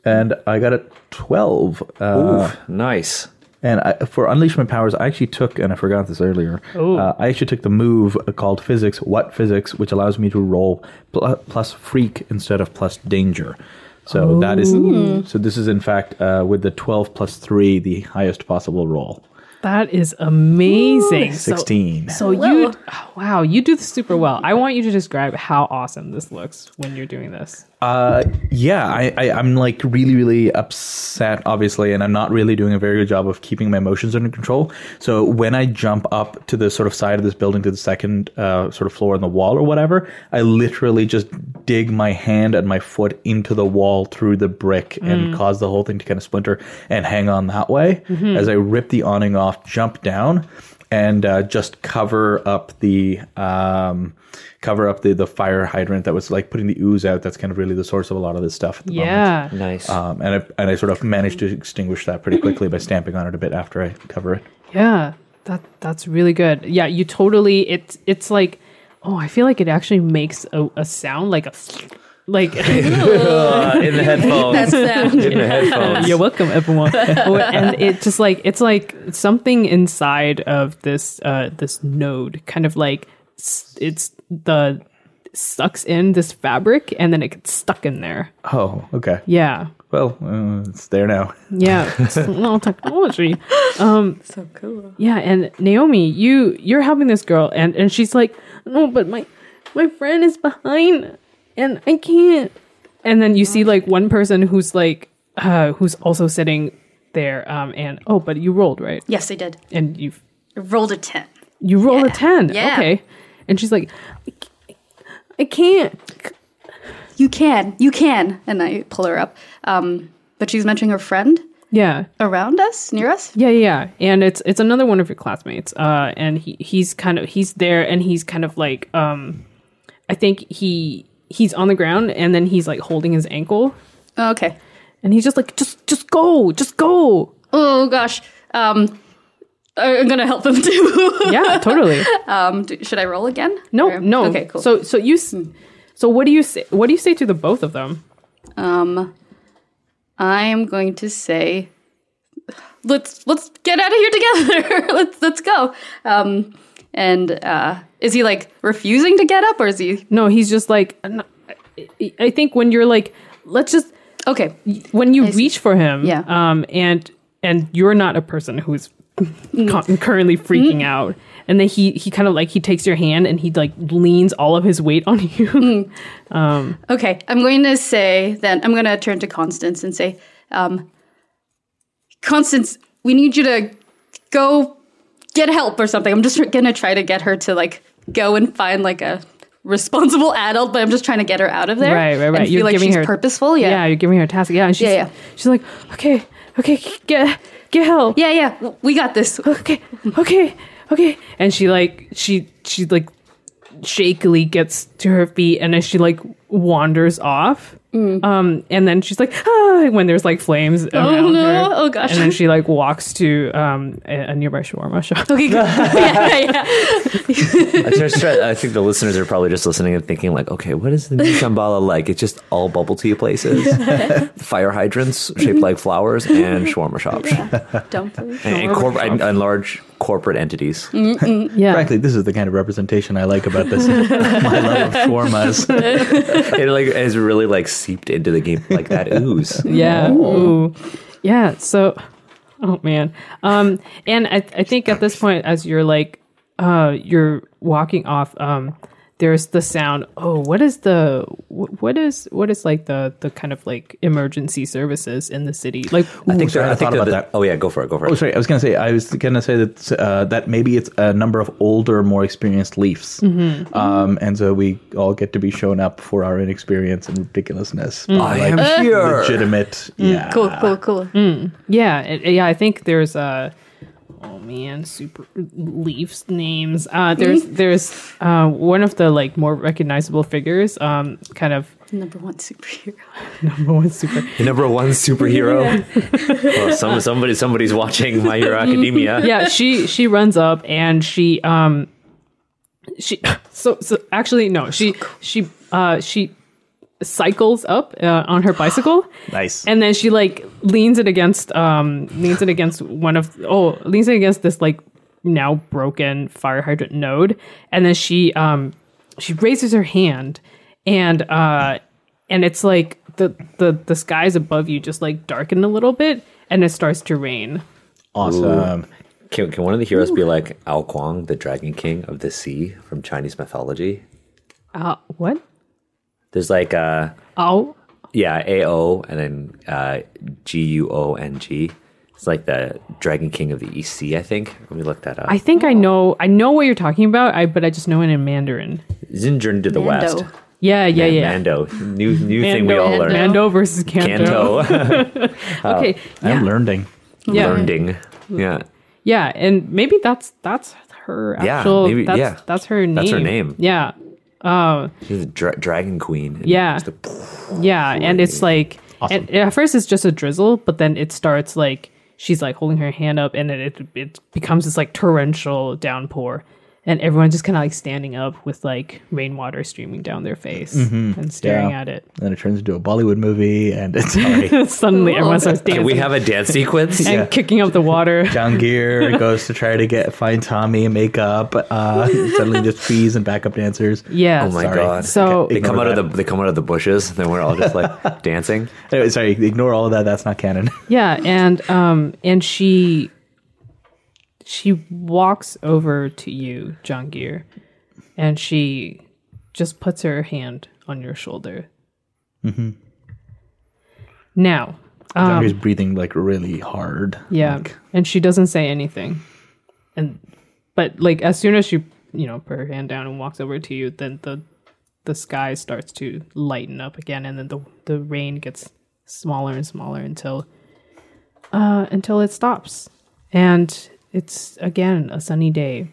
Speaker 4: And I got a twelve. Uh,
Speaker 1: Ooh, nice.
Speaker 4: And I, for unleash my powers, I actually took, and I forgot this earlier. Uh, I actually took the move called physics, what physics, which allows me to roll pl- plus freak instead of plus danger. So that is so. This is in fact uh, with the twelve plus three, the highest possible roll.
Speaker 2: That is amazing. So-
Speaker 4: 16.
Speaker 2: So, you, oh, wow, you do this super well. I want you to describe how awesome this looks when you're doing this.
Speaker 4: Uh, yeah, I, I, I'm like really, really upset, obviously, and I'm not really doing a very good job of keeping my emotions under control. So when I jump up to the sort of side of this building to the second uh, sort of floor on the wall or whatever, I literally just dig my hand and my foot into the wall through the brick and cause the whole thing to kind of splinter and hang on that way as I rip the awning off, jump down. And uh, just cover up the um, cover up the the fire hydrant that was like putting the ooze out. That's kind of really the source of a lot of this stuff. At the moment.
Speaker 2: Yeah.
Speaker 1: Nice.
Speaker 4: Um, and I and I sort of managed to extinguish that pretty quickly by stamping on it a bit after I cover it.
Speaker 2: Yeah. That that's really good. Yeah, you totally it's it's like oh, I feel like it actually makes a, a sound like a like
Speaker 1: Uh, in the headphones.
Speaker 2: Oh.
Speaker 3: That's them.
Speaker 1: in the headphones.
Speaker 2: You're welcome, everyone. and it just like it's like something inside of this uh this node kind of like s- it's the sucks in this fabric and then it gets stuck in there.
Speaker 4: Oh, okay.
Speaker 2: Yeah.
Speaker 4: Well, uh, it's there now.
Speaker 2: Yeah. It's a little technology. Um,
Speaker 3: so cool.
Speaker 2: Yeah, and Naomi, you you're helping this girl and and she's like, "No, but my my friend is behind and I can't." And then you see like one person who's like uh who's also sitting there um and oh, but you rolled, right?
Speaker 3: Yes, I did.
Speaker 2: and you
Speaker 3: I rolled a 10.
Speaker 2: you roll a
Speaker 3: Yeah.
Speaker 2: 10
Speaker 3: Yeah.
Speaker 2: okay and she's like I ca- i can't
Speaker 3: You can. You can. And I pull her up. Um, but she's mentioning her friend
Speaker 2: yeah
Speaker 3: around us, near us.
Speaker 2: yeah yeah and it's it's another one of your classmates uh and he he's kind of he's there and he's kind of like um i think he he's on the ground and then he's like holding his ankle
Speaker 3: Oh, okay.
Speaker 2: and he's just like just just go just go
Speaker 3: Oh, gosh. Um, I- I'm going to help him too.
Speaker 2: yeah totally
Speaker 3: um, do, should I roll again?
Speaker 2: no
Speaker 3: Or-
Speaker 2: no
Speaker 3: Okay, cool. Hmm.
Speaker 2: so so you s so what do you say what do you say to the both of them
Speaker 3: Um, I'm going to say, let's let's get out of here together. let's let's go. Um, and uh, is he like refusing to get up, or is he
Speaker 2: no he's just like "No, I- I- i think when you're like let's just
Speaker 3: okay?
Speaker 2: when you reach for him
Speaker 3: Yeah.
Speaker 2: um and and you're not a person who's con- currently freaking out and then he he kind of like he takes your hand and he like leans all of his weight on you
Speaker 3: Okay, I'm going to say then I'm going to turn to Constance and say, um, Constance, we need you to go get help or something. I'm just going to try to get her to like go and find like a responsible adult, but I'm just trying to get her out of there.
Speaker 2: Right, right, right.
Speaker 3: And feel
Speaker 2: You're
Speaker 3: like
Speaker 2: giving
Speaker 3: she's
Speaker 2: her-
Speaker 3: purposeful.
Speaker 2: yeah.
Speaker 3: Yeah.
Speaker 2: you're giving her a task yeah and she's
Speaker 3: Yeah, yeah.
Speaker 2: she's like okay okay get get help
Speaker 3: yeah, yeah, w- We got this.
Speaker 2: okay okay okay and she like she she like shakily gets to her feet and then she like wanders off um and then she's like ah, when there's like flames around
Speaker 3: no.
Speaker 2: her.
Speaker 3: Mm. Oh, gosh.
Speaker 2: and then she like walks to um a, a nearby shawarma shop
Speaker 3: Okay, good. yeah, yeah, yeah.
Speaker 1: I, just try- I think the listeners are probably just listening and thinking like, okay, what is the new Shambhala like? It's just all bubble tea places, fire hydrants shaped like flowers, and shawarma shops,
Speaker 3: Don't believe.
Speaker 1: and, and, corp- and, and large corporate entities.
Speaker 4: Mm.
Speaker 2: yeah
Speaker 4: Frankly, this is the kind of representation I like about this. My love of shawarmas.
Speaker 1: It like has really like seeped into the game like that ooze.
Speaker 2: yeah Ooh. yeah so oh man um and I, I think at this point as you're like uh you're walking off um there's the sound oh what is the wh- what is what is like the the kind of like emergency services in the city like
Speaker 1: I think
Speaker 4: Ooh, sorry,
Speaker 1: they're-
Speaker 4: I
Speaker 1: I think
Speaker 4: thought
Speaker 1: they're
Speaker 4: about
Speaker 1: the-
Speaker 4: that.
Speaker 1: Oh yeah, go for it. Go for
Speaker 4: Oh,
Speaker 1: it.
Speaker 4: sorry. I was gonna say I was gonna say that uh, that maybe it's a number of older, more experienced Leafs,
Speaker 2: Mm-hmm.
Speaker 4: um, and so we all get to be shown up for our inexperience and ridiculousness.
Speaker 2: Mm.
Speaker 4: by,
Speaker 1: I
Speaker 4: like,
Speaker 1: am here.
Speaker 4: legitimate. Yeah.
Speaker 3: Cool, cool, cool.
Speaker 2: yeah it, yeah i think there's uh oh man, super Leafs names. Uh, there's there's uh, one of the like more recognizable figures. Um, kind of
Speaker 3: Number one superhero.
Speaker 2: number one super.
Speaker 1: The number one superhero. oh, some, somebody, somebody's watching My Hero Academia.
Speaker 2: Yeah, she she runs up and she um she so so actually no she she uh she cycles up uh, on her bicycle
Speaker 4: Nice.
Speaker 2: and then she like leans it against um leans it against one of oh leans it against this like now broken fire hydrant node and then she um she raises her hand and uh and it's like the the the skies above you just like darken a little bit and it starts to rain
Speaker 4: awesome.
Speaker 1: Can, can one of the heroes be like Ao Kwang, the Dragon King of the Sea from Chinese mythology?
Speaker 2: uh what
Speaker 1: There's like uh
Speaker 2: oh
Speaker 1: yeah, A O and then uh G U O N G. It's like the Dragon King of the East Sea, I think. Let me look that up.
Speaker 2: i think i
Speaker 4: Oh.
Speaker 2: know i know what you're talking about i but i just know it in mandarin
Speaker 1: It's in Journey to the
Speaker 3: Mando.
Speaker 1: West.
Speaker 2: yeah yeah yeah
Speaker 1: Mando. New new thing we all
Speaker 2: Mando,
Speaker 1: learned.
Speaker 2: Mando versus Kanto.
Speaker 1: Kanto.
Speaker 4: Oh.
Speaker 2: Okay,
Speaker 4: I'm learning.
Speaker 2: yeah.
Speaker 1: Learning. Yeah.
Speaker 2: Yeah, and maybe that's that's her
Speaker 1: Yeah,
Speaker 2: actual.
Speaker 1: maybe-
Speaker 2: that's,
Speaker 1: yeah.
Speaker 2: that's her name.
Speaker 1: That's her name.
Speaker 2: Yeah,
Speaker 1: She's a dra- dragon queen. And
Speaker 2: Yeah.
Speaker 1: just a-
Speaker 2: yeah, and it's like
Speaker 4: Awesome.
Speaker 2: and at first it's just a drizzle, but then it starts like she's like holding her hand up, and it it, it becomes this like torrential downpour, and everyone's just kind of like standing up with like rainwater streaming down their face and staring
Speaker 4: Mm-hmm. Yeah.
Speaker 2: at it.
Speaker 4: And then it turns into a Bollywood movie, and it's like
Speaker 2: Suddenly, everyone starts
Speaker 1: Can
Speaker 2: dancing
Speaker 1: we have a dance sequence?
Speaker 2: and kicking up the water.
Speaker 4: Jangir goes to try to get find Tommy and make up. Uh, suddenly, just trees and backup dancers.
Speaker 2: yeah.
Speaker 1: Oh my
Speaker 4: Sorry.
Speaker 1: god.
Speaker 2: So-
Speaker 1: they come out
Speaker 4: Ignore
Speaker 1: of the they come out of the bushes and then we're all just like dancing.
Speaker 4: Anyway, sorry, ignore all of that. That's not canon.
Speaker 2: Yeah, and um and she she walks over to you, John Gear, and she just puts her hand on your shoulder. Mm-hmm. Now,
Speaker 4: Jangir's breathing like really hard.
Speaker 2: yeah, and she doesn't say anything, and but like as soon as she you know put her hand down and walks over to you, then the the sky starts to lighten up again, and then the the rain gets smaller and smaller until uh, until it stops, and it's again a sunny day.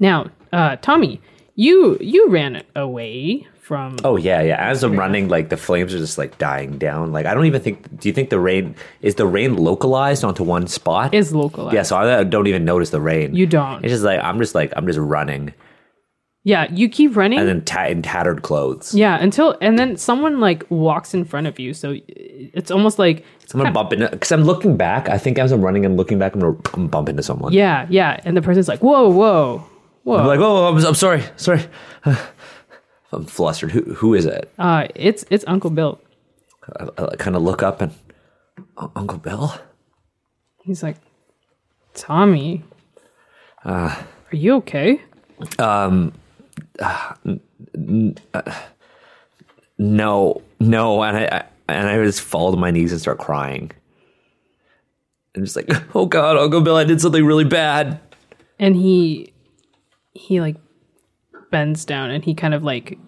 Speaker 2: Now, uh, Tommy, you you ran away from
Speaker 1: Oh yeah, yeah. As I'm running, like the flames are just like dying down. Like I don't even think. Do you think the rain is the rain localized onto one spot?
Speaker 2: is localized.
Speaker 1: yeah, so I don't even notice the rain.
Speaker 2: You don't.
Speaker 1: It's just like I'm just like I'm just running,
Speaker 2: yeah. You keep running,
Speaker 1: and then ta- in tattered clothes.
Speaker 2: Yeah, until and then someone like walks in front of you, so uh, it's almost like
Speaker 1: So I'm gonna bump into because I'm looking back. I think as I'm running and looking back, I'm gonna I'm bump into someone.
Speaker 2: yeah, yeah, and the person's like, whoa, whoa,
Speaker 1: I'm
Speaker 2: whoa.
Speaker 1: like, oh, I'm, I'm sorry, sorry. I'm flustered. Who who is it?
Speaker 2: uh, it's it's Uncle Bill. Oh.
Speaker 1: I, I kind of look up and "Un- Uncle Bill.
Speaker 2: He's like, Tommy,
Speaker 1: Uh.
Speaker 2: are you okay?
Speaker 1: no, no, and I, I and I just fall to my knees and start crying. I'm just like, oh god, Uncle Bill, I did something really bad.
Speaker 2: And he he like bends down and he kind of like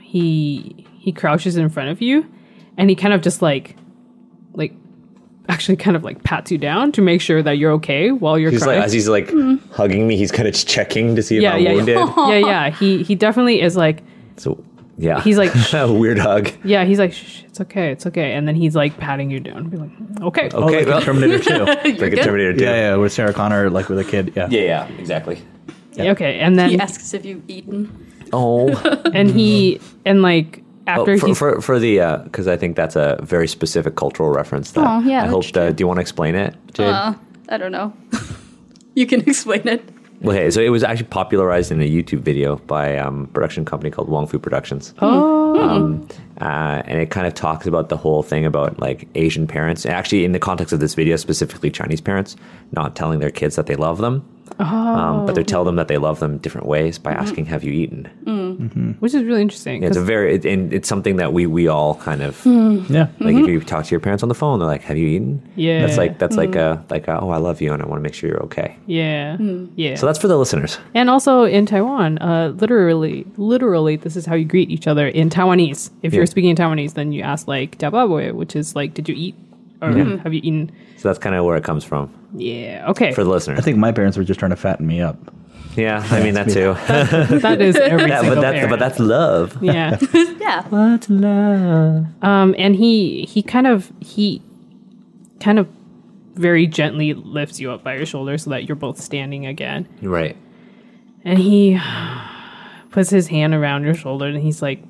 Speaker 2: he he crouches in front of you, and he kind of just like like actually kind of like pats you down to make sure that you're okay while you're
Speaker 1: He's
Speaker 2: crying.
Speaker 1: like, as he's like hugging me, he's kind of checking to see if
Speaker 2: yeah,
Speaker 1: I'm
Speaker 2: yeah,
Speaker 1: wounded.
Speaker 2: yeah, yeah, yeah. He he definitely is like,
Speaker 1: So yeah,
Speaker 2: He's like, "Shh."
Speaker 1: a weird hug.
Speaker 2: yeah, he's like, Shh, it's okay, it's okay, and then he's like patting you down, be like, "Mm, okay,
Speaker 4: Oh,
Speaker 1: Okay,
Speaker 4: like
Speaker 1: well-
Speaker 4: in Terminator Two. yeah,
Speaker 1: Like a Terminator Two.
Speaker 4: yeah, with Sarah Connor, like with a kid. Yeah,
Speaker 1: yeah, exactly.
Speaker 2: okay, and then
Speaker 3: He asks if you've eaten.
Speaker 1: Oh,
Speaker 2: and he and like after
Speaker 1: for,
Speaker 2: he's
Speaker 1: for for the because I think that's a very specific cultural reference. That
Speaker 3: Oh, yeah,
Speaker 1: I
Speaker 3: that's
Speaker 1: hope. Uh, do you want to explain it, Jade?
Speaker 3: Uh, I don't know. you can explain it.
Speaker 1: okay, so it was actually popularized in a YouTube video by um, a production company called Wong Fu Productions.
Speaker 2: oh
Speaker 1: um, uh, and it kind of talks about the whole thing about like Asian parents, and actually in the context of this video, specifically Chinese parents not telling their kids that they love them, um, but they tell them that they love them different ways by asking, "Have you eaten?"
Speaker 2: which is really interesting
Speaker 1: It's a
Speaker 2: 'cause-
Speaker 1: very, it, and it's something that we we all kind of
Speaker 4: yeah.
Speaker 1: like. If you talk to your parents on the phone, they're like, "Have you eaten?"
Speaker 2: Yeah.
Speaker 1: that's like that's like a like a, oh, I love you, and I want to make sure you're okay.
Speaker 2: yeah yeah
Speaker 1: So that's for the listeners.
Speaker 2: and also in Taiwan uh literally literally this is how you greet each other in Taiwanese if you're
Speaker 1: Yeah.
Speaker 2: speaking in Taiwanese then you ask like "Jia ba wei," which is like did you eat or have you eaten?
Speaker 1: So that's kind of where it comes from
Speaker 2: Yeah. Okay.
Speaker 1: for the listener.
Speaker 4: I think my parents were just trying to fatten me up.
Speaker 1: Yeah, I mean that too.
Speaker 2: that is every
Speaker 1: Yeah,
Speaker 2: single
Speaker 1: but that's
Speaker 2: parent.
Speaker 1: but that's love.
Speaker 2: yeah.
Speaker 3: Yeah.
Speaker 1: What's love?
Speaker 2: Um, and he he kind of he kind of very gently lifts you up by your shoulder so that you're both standing again.
Speaker 1: Right.
Speaker 2: And he puts his hand around your shoulder and he's like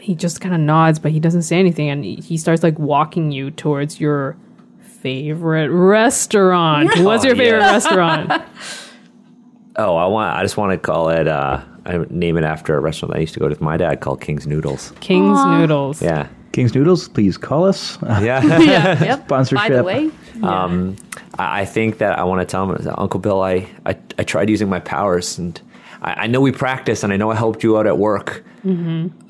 Speaker 2: he just kind of nods but he doesn't say anything and he starts like walking you towards your favorite restaurant. What's your
Speaker 1: Oh,
Speaker 2: favorite
Speaker 1: yeah.
Speaker 2: restaurant?
Speaker 1: Oh, I want. I just want to call it. Uh, I name it after a restaurant that I used to go to with my dad called King's Noodles.
Speaker 2: King's Noodles.
Speaker 1: Yeah.
Speaker 4: King's Noodles, please call us.
Speaker 1: Yeah.
Speaker 3: yeah. Yep. By the
Speaker 4: Sponsorship.
Speaker 3: way,
Speaker 1: Um, I I think that I want to tell him, Uncle Bill, I, I, I tried using my powers, and I, I know we practiced, and I know I helped you out at work,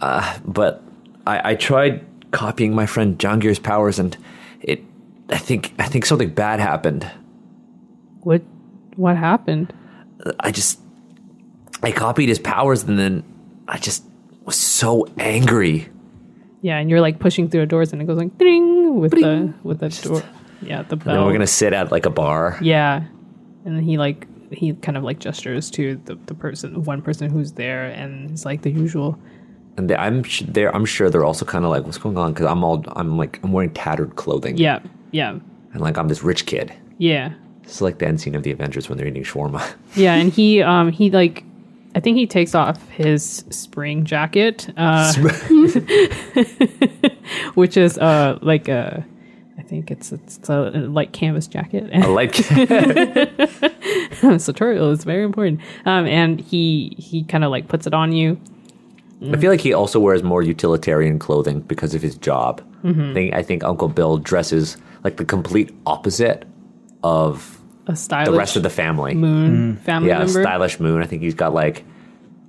Speaker 1: uh, but I, I tried copying my friend Jangir's powers, and it, I think, I think something bad happened.
Speaker 2: What what happened?
Speaker 1: I just, I copied his powers, and then I just was so angry.
Speaker 2: Yeah, and you're like pushing through doors, and it goes like ding with the with the door. Yeah, the
Speaker 1: And then
Speaker 2: bell.
Speaker 1: we're gonna sit at like a bar.
Speaker 2: yeah, and then he like he kind of like gestures to the, the person, one person who's there, and it's like the usual.
Speaker 1: and they, I'm sh- they're I'm sure they're also kind of like, what's going on? Because I'm all I'm like I'm wearing tattered clothing,
Speaker 2: Yeah, yeah,
Speaker 1: and like I'm this rich kid.
Speaker 2: yeah,
Speaker 1: It's like the end scene of the Avengers when they're eating shawarma.
Speaker 2: yeah. And he um he like, I think he takes off his spring jacket, uh, which is uh like a. I think it's it's a light canvas jacket.
Speaker 1: I like
Speaker 2: It's tutorial is very important. Um, and he he kind of like puts it on you,
Speaker 1: I feel like he also wears more utilitarian clothing because of his job.
Speaker 2: Mm-hmm.
Speaker 1: I, think, I think Uncle Bill dresses like the complete opposite of
Speaker 2: a stylish
Speaker 1: the rest of the family.
Speaker 2: moon family
Speaker 1: yeah,
Speaker 2: member.
Speaker 1: stylish moon. I think he's got like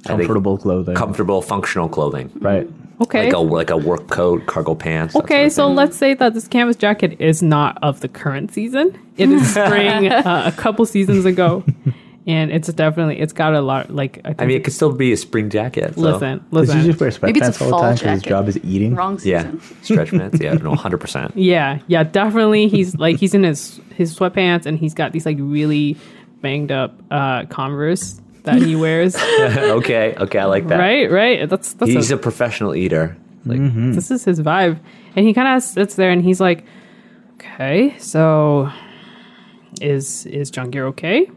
Speaker 1: I think,
Speaker 4: Comfortable clothing.
Speaker 1: comfortable, functional clothing,
Speaker 4: right.
Speaker 2: okay.
Speaker 1: like a like a work coat, cargo pants. that
Speaker 2: Okay,
Speaker 1: sort
Speaker 2: so let's say that this canvas jacket is not of the current season. It is spring uh, a couple seasons ago, and it's definitely it's got a lot like I,
Speaker 1: of-
Speaker 2: think,
Speaker 1: I mean, it could still be a spring jacket. so-
Speaker 2: listen,
Speaker 4: Does he
Speaker 2: listen,
Speaker 4: just wear
Speaker 3: Maybe it's a
Speaker 4: sweatpants all
Speaker 3: fall
Speaker 4: the time because his
Speaker 3: jacket.
Speaker 4: job is eating?
Speaker 3: wrong
Speaker 1: yeah,
Speaker 3: season.
Speaker 1: stretch pants. Yeah, no, hundred percent.
Speaker 2: yeah, yeah, definitely. He's like he's in his his sweatpants and he's got these like really banged up uh Converse that he wears.
Speaker 1: okay, okay, I like that.
Speaker 2: right, right. That's that's
Speaker 1: He's a professional eater. Like,
Speaker 2: This is his vibe. And he kind of sits there and he's like, okay, so is is Jungir okay?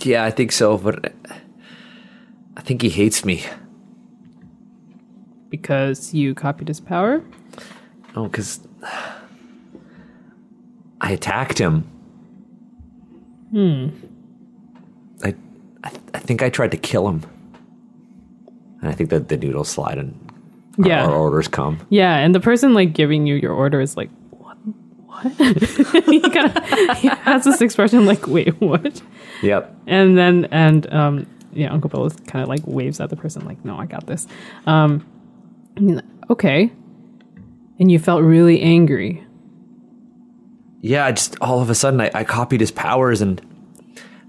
Speaker 1: yeah, I think so, but I think he hates me.
Speaker 2: Because you copied his power?
Speaker 1: Oh, because I attacked him. Hmm. I, I, I think I tried to kill him. And I think that the noodles slide and our-
Speaker 2: Yeah.
Speaker 1: our orders come.
Speaker 2: Yeah. And the person like giving you your order is like, what? What? he kind of he has this expression like, wait, what?
Speaker 1: Yep.
Speaker 2: And then, and, um, yeah, Uncle Bill is kind of like waves at the person, like, no, I got this. Um, and he's like, okay. And you felt really angry.
Speaker 1: yeah, I just all of a sudden I, I copied his powers and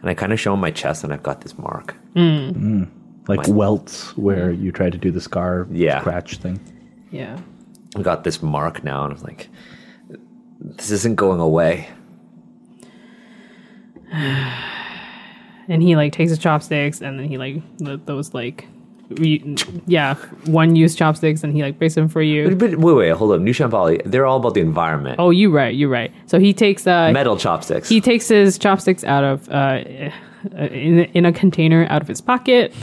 Speaker 1: and I kind of show him my chest and I've got this mark.
Speaker 4: Like welts where
Speaker 3: Mm-hmm.
Speaker 4: you try to do the scar
Speaker 1: Yeah.
Speaker 4: scratch thing.
Speaker 2: Yeah.
Speaker 1: I got this mark now, and I'm like, this isn't going away.
Speaker 2: and he like takes his chopsticks and then he like th- those like re- yeah one use chopsticks and he like breaks them for you
Speaker 1: But, but wait, wait, hold up. New Shambhali, they're all about the environment.
Speaker 2: oh you right you right so he takes uh
Speaker 1: Metal chopsticks.
Speaker 2: he takes his chopsticks out of uh in, in a container out of his pocket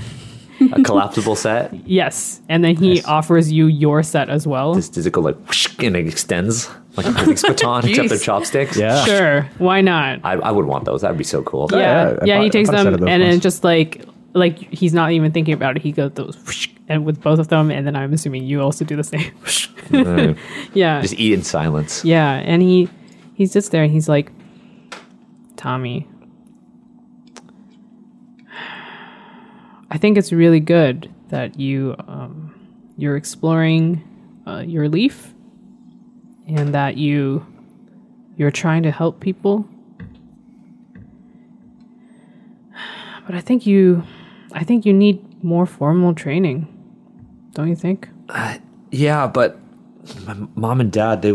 Speaker 1: a collapsible set.
Speaker 2: yes and then he offers you your set as well
Speaker 1: Does, does it go like, whoosh, and it extends like a police baton, except they're
Speaker 2: Jeez.
Speaker 1: chopsticks?
Speaker 4: Yeah.
Speaker 2: sure why not
Speaker 1: I, I would want those. That'd be so cool.
Speaker 4: yeah,
Speaker 2: yeah
Speaker 4: I
Speaker 2: yeah
Speaker 4: bought- I
Speaker 2: he takes
Speaker 4: bought
Speaker 2: them
Speaker 4: a set of
Speaker 2: and
Speaker 4: those
Speaker 2: then
Speaker 4: ones.
Speaker 2: just like like he's not even thinking about it he goes those whoosh, and with both of them and then i'm assuming you also do the same yeah
Speaker 1: Just eat in silence.
Speaker 2: Yeah, and he he sits there and he's like, Tommy, I think it's really good that you um, you're exploring uh, your leaf, and that you you're trying to help people. But I think you, I think you need more formal training, don't you think?
Speaker 1: Yeah, but my mom and dad they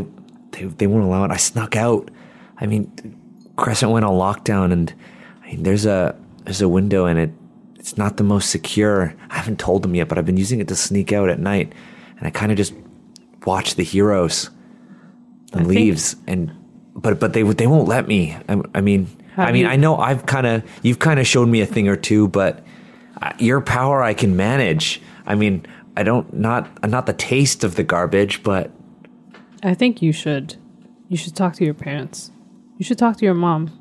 Speaker 1: they they won't allow it. I snuck out. I mean, Crescent went on lockdown, and I mean, there's a there's a window, and it it's not the most secure. I haven't told them yet, but I've been using it to sneak out at night, and I kind of just watch the heroes and
Speaker 2: think-
Speaker 1: leaves, and but but they would- they won't let me. I, I mean,
Speaker 2: Have
Speaker 1: I mean,
Speaker 2: you-
Speaker 1: I know I've kind of you've kind of showed me a thing or two, but uh, your power I can manage. I mean, I don't not not the taste of the garbage, but
Speaker 2: I think you should. You should talk to your parents. You should talk to your mom.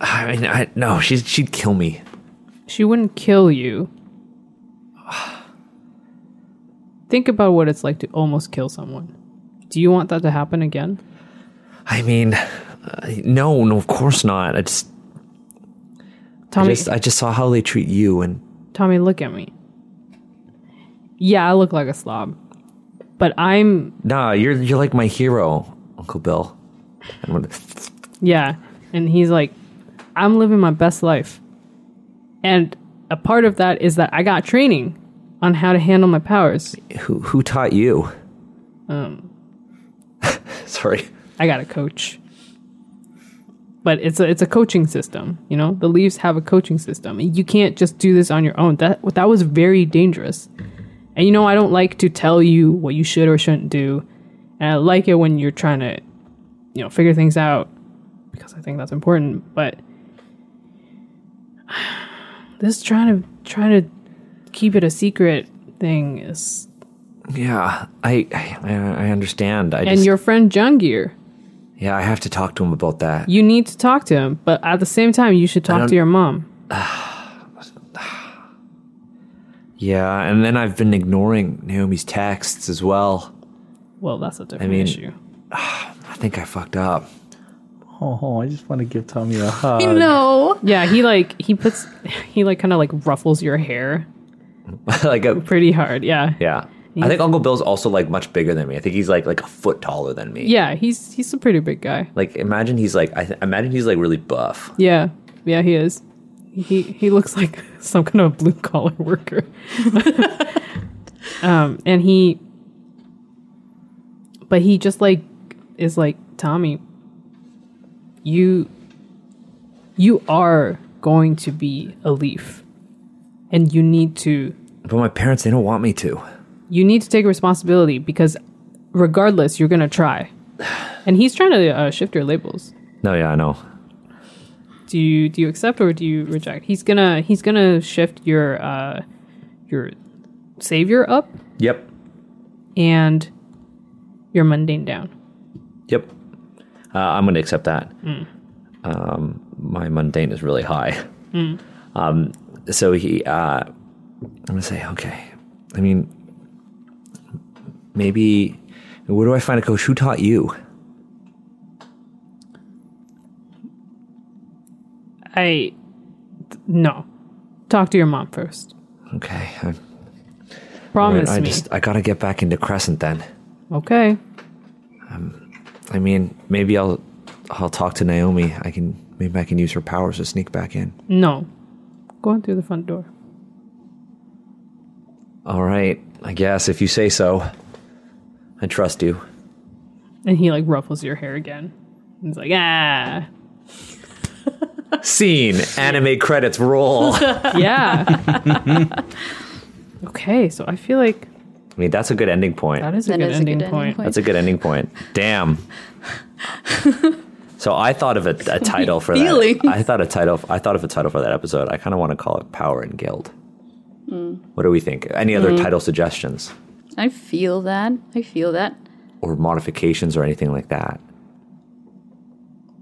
Speaker 1: I mean, I, no, she's she'd kill me.
Speaker 2: She wouldn't kill you. Think about what it's like to almost kill someone. Do you want that to happen again?
Speaker 1: I mean, uh, no, no, of course not. I just, I
Speaker 2: Tommy,
Speaker 1: just, uh, I just saw how they treat you, and
Speaker 2: Tommy, look at me. Yeah, I look like a slob, but I'm
Speaker 1: nah, you're you're like my hero, Uncle Bill. And when-
Speaker 2: Yeah. And he's like, I'm living my best life. And a part of that is that I got training on how to handle my powers.
Speaker 1: Who who taught you? sorry.
Speaker 2: I got a coach. But it's a it's a coaching system, you know. The Leafs have a coaching system. You can't just do this on your own. That that was very dangerous. And you know, I don't like to tell you what you should or shouldn't do. And I like it when you're trying to, you know, figure things out because I think that's important. But this trying to trying to keep it a secret thing is
Speaker 1: Yeah, I I, I understand. I
Speaker 2: and
Speaker 1: just,
Speaker 2: your friend Jungir
Speaker 1: yeah, I have to talk to him about that.
Speaker 2: you need to talk to him, but at the same time, you should talk
Speaker 1: don't-
Speaker 2: to your mom.
Speaker 1: Yeah, and then I've been ignoring Naomi's texts as well.
Speaker 2: Well, that's a different
Speaker 1: mean-
Speaker 2: issue.
Speaker 1: I think I fucked up.
Speaker 4: Oh, I just want to give Tommy a
Speaker 1: Uh,
Speaker 4: hug.
Speaker 3: no.
Speaker 2: Yeah, he like he puts he like kind of like ruffles your hair
Speaker 1: like uh, a
Speaker 2: pretty hard. Yeah,
Speaker 1: Yeah. I think Uncle Bill's also like much bigger than me. I think he's like like a foot taller than me.
Speaker 2: yeah, he's he's a pretty big guy.
Speaker 1: Like imagine he's like I th- imagine he's like really buff.
Speaker 2: Yeah, yeah, he is. He he looks like some kind of blue collar worker. um, and he, but he just like is like Tommy. You, you are going to be a leaf, and you need to
Speaker 1: But my parents they don't want me to.
Speaker 2: you need to take responsibility because regardless you're gonna try and he's trying to uh, shift your labels
Speaker 1: No, yeah, I know.
Speaker 2: do you do you accept or do you reject he's gonna he's gonna shift your uh your savior up
Speaker 1: Yep.
Speaker 2: and your mundane down
Speaker 1: Yep. Uh, I'm going to accept that.
Speaker 2: Mm.
Speaker 1: Um, my mundane is really high.
Speaker 2: Mm.
Speaker 1: Um, so he, uh, I'm going to say, okay. I mean, maybe, where do I find a coach? Who taught you?
Speaker 2: i no talk to your mom first
Speaker 1: Okay. I,
Speaker 2: promise
Speaker 1: I
Speaker 2: me
Speaker 1: just, I got to get back into Crescent then.
Speaker 2: okay
Speaker 1: I mean, maybe I'll, I'll talk to Naomi. I can, maybe I can use her powers to sneak back in.
Speaker 2: no go on through the front door
Speaker 1: All right. I guess if you say so, I trust you.
Speaker 2: and he like ruffles your hair again he's like ah
Speaker 1: Scene, anime credits roll.
Speaker 2: Yeah. okay, so I feel like
Speaker 1: I mean, that's a good ending point.
Speaker 2: that is a
Speaker 3: That
Speaker 2: good
Speaker 3: is a
Speaker 2: ending
Speaker 3: good ending
Speaker 2: point.
Speaker 3: point.
Speaker 1: That's a good ending point. Damn. so I thought of a, a title for
Speaker 3: Feelings.
Speaker 1: that. I thought a title. I thought of a title for that episode. I kind of want to call it "Power and Guild."
Speaker 3: Hmm.
Speaker 1: What do we think? Any other title suggestions
Speaker 3: I feel that. I feel that.
Speaker 1: or modifications or anything like that?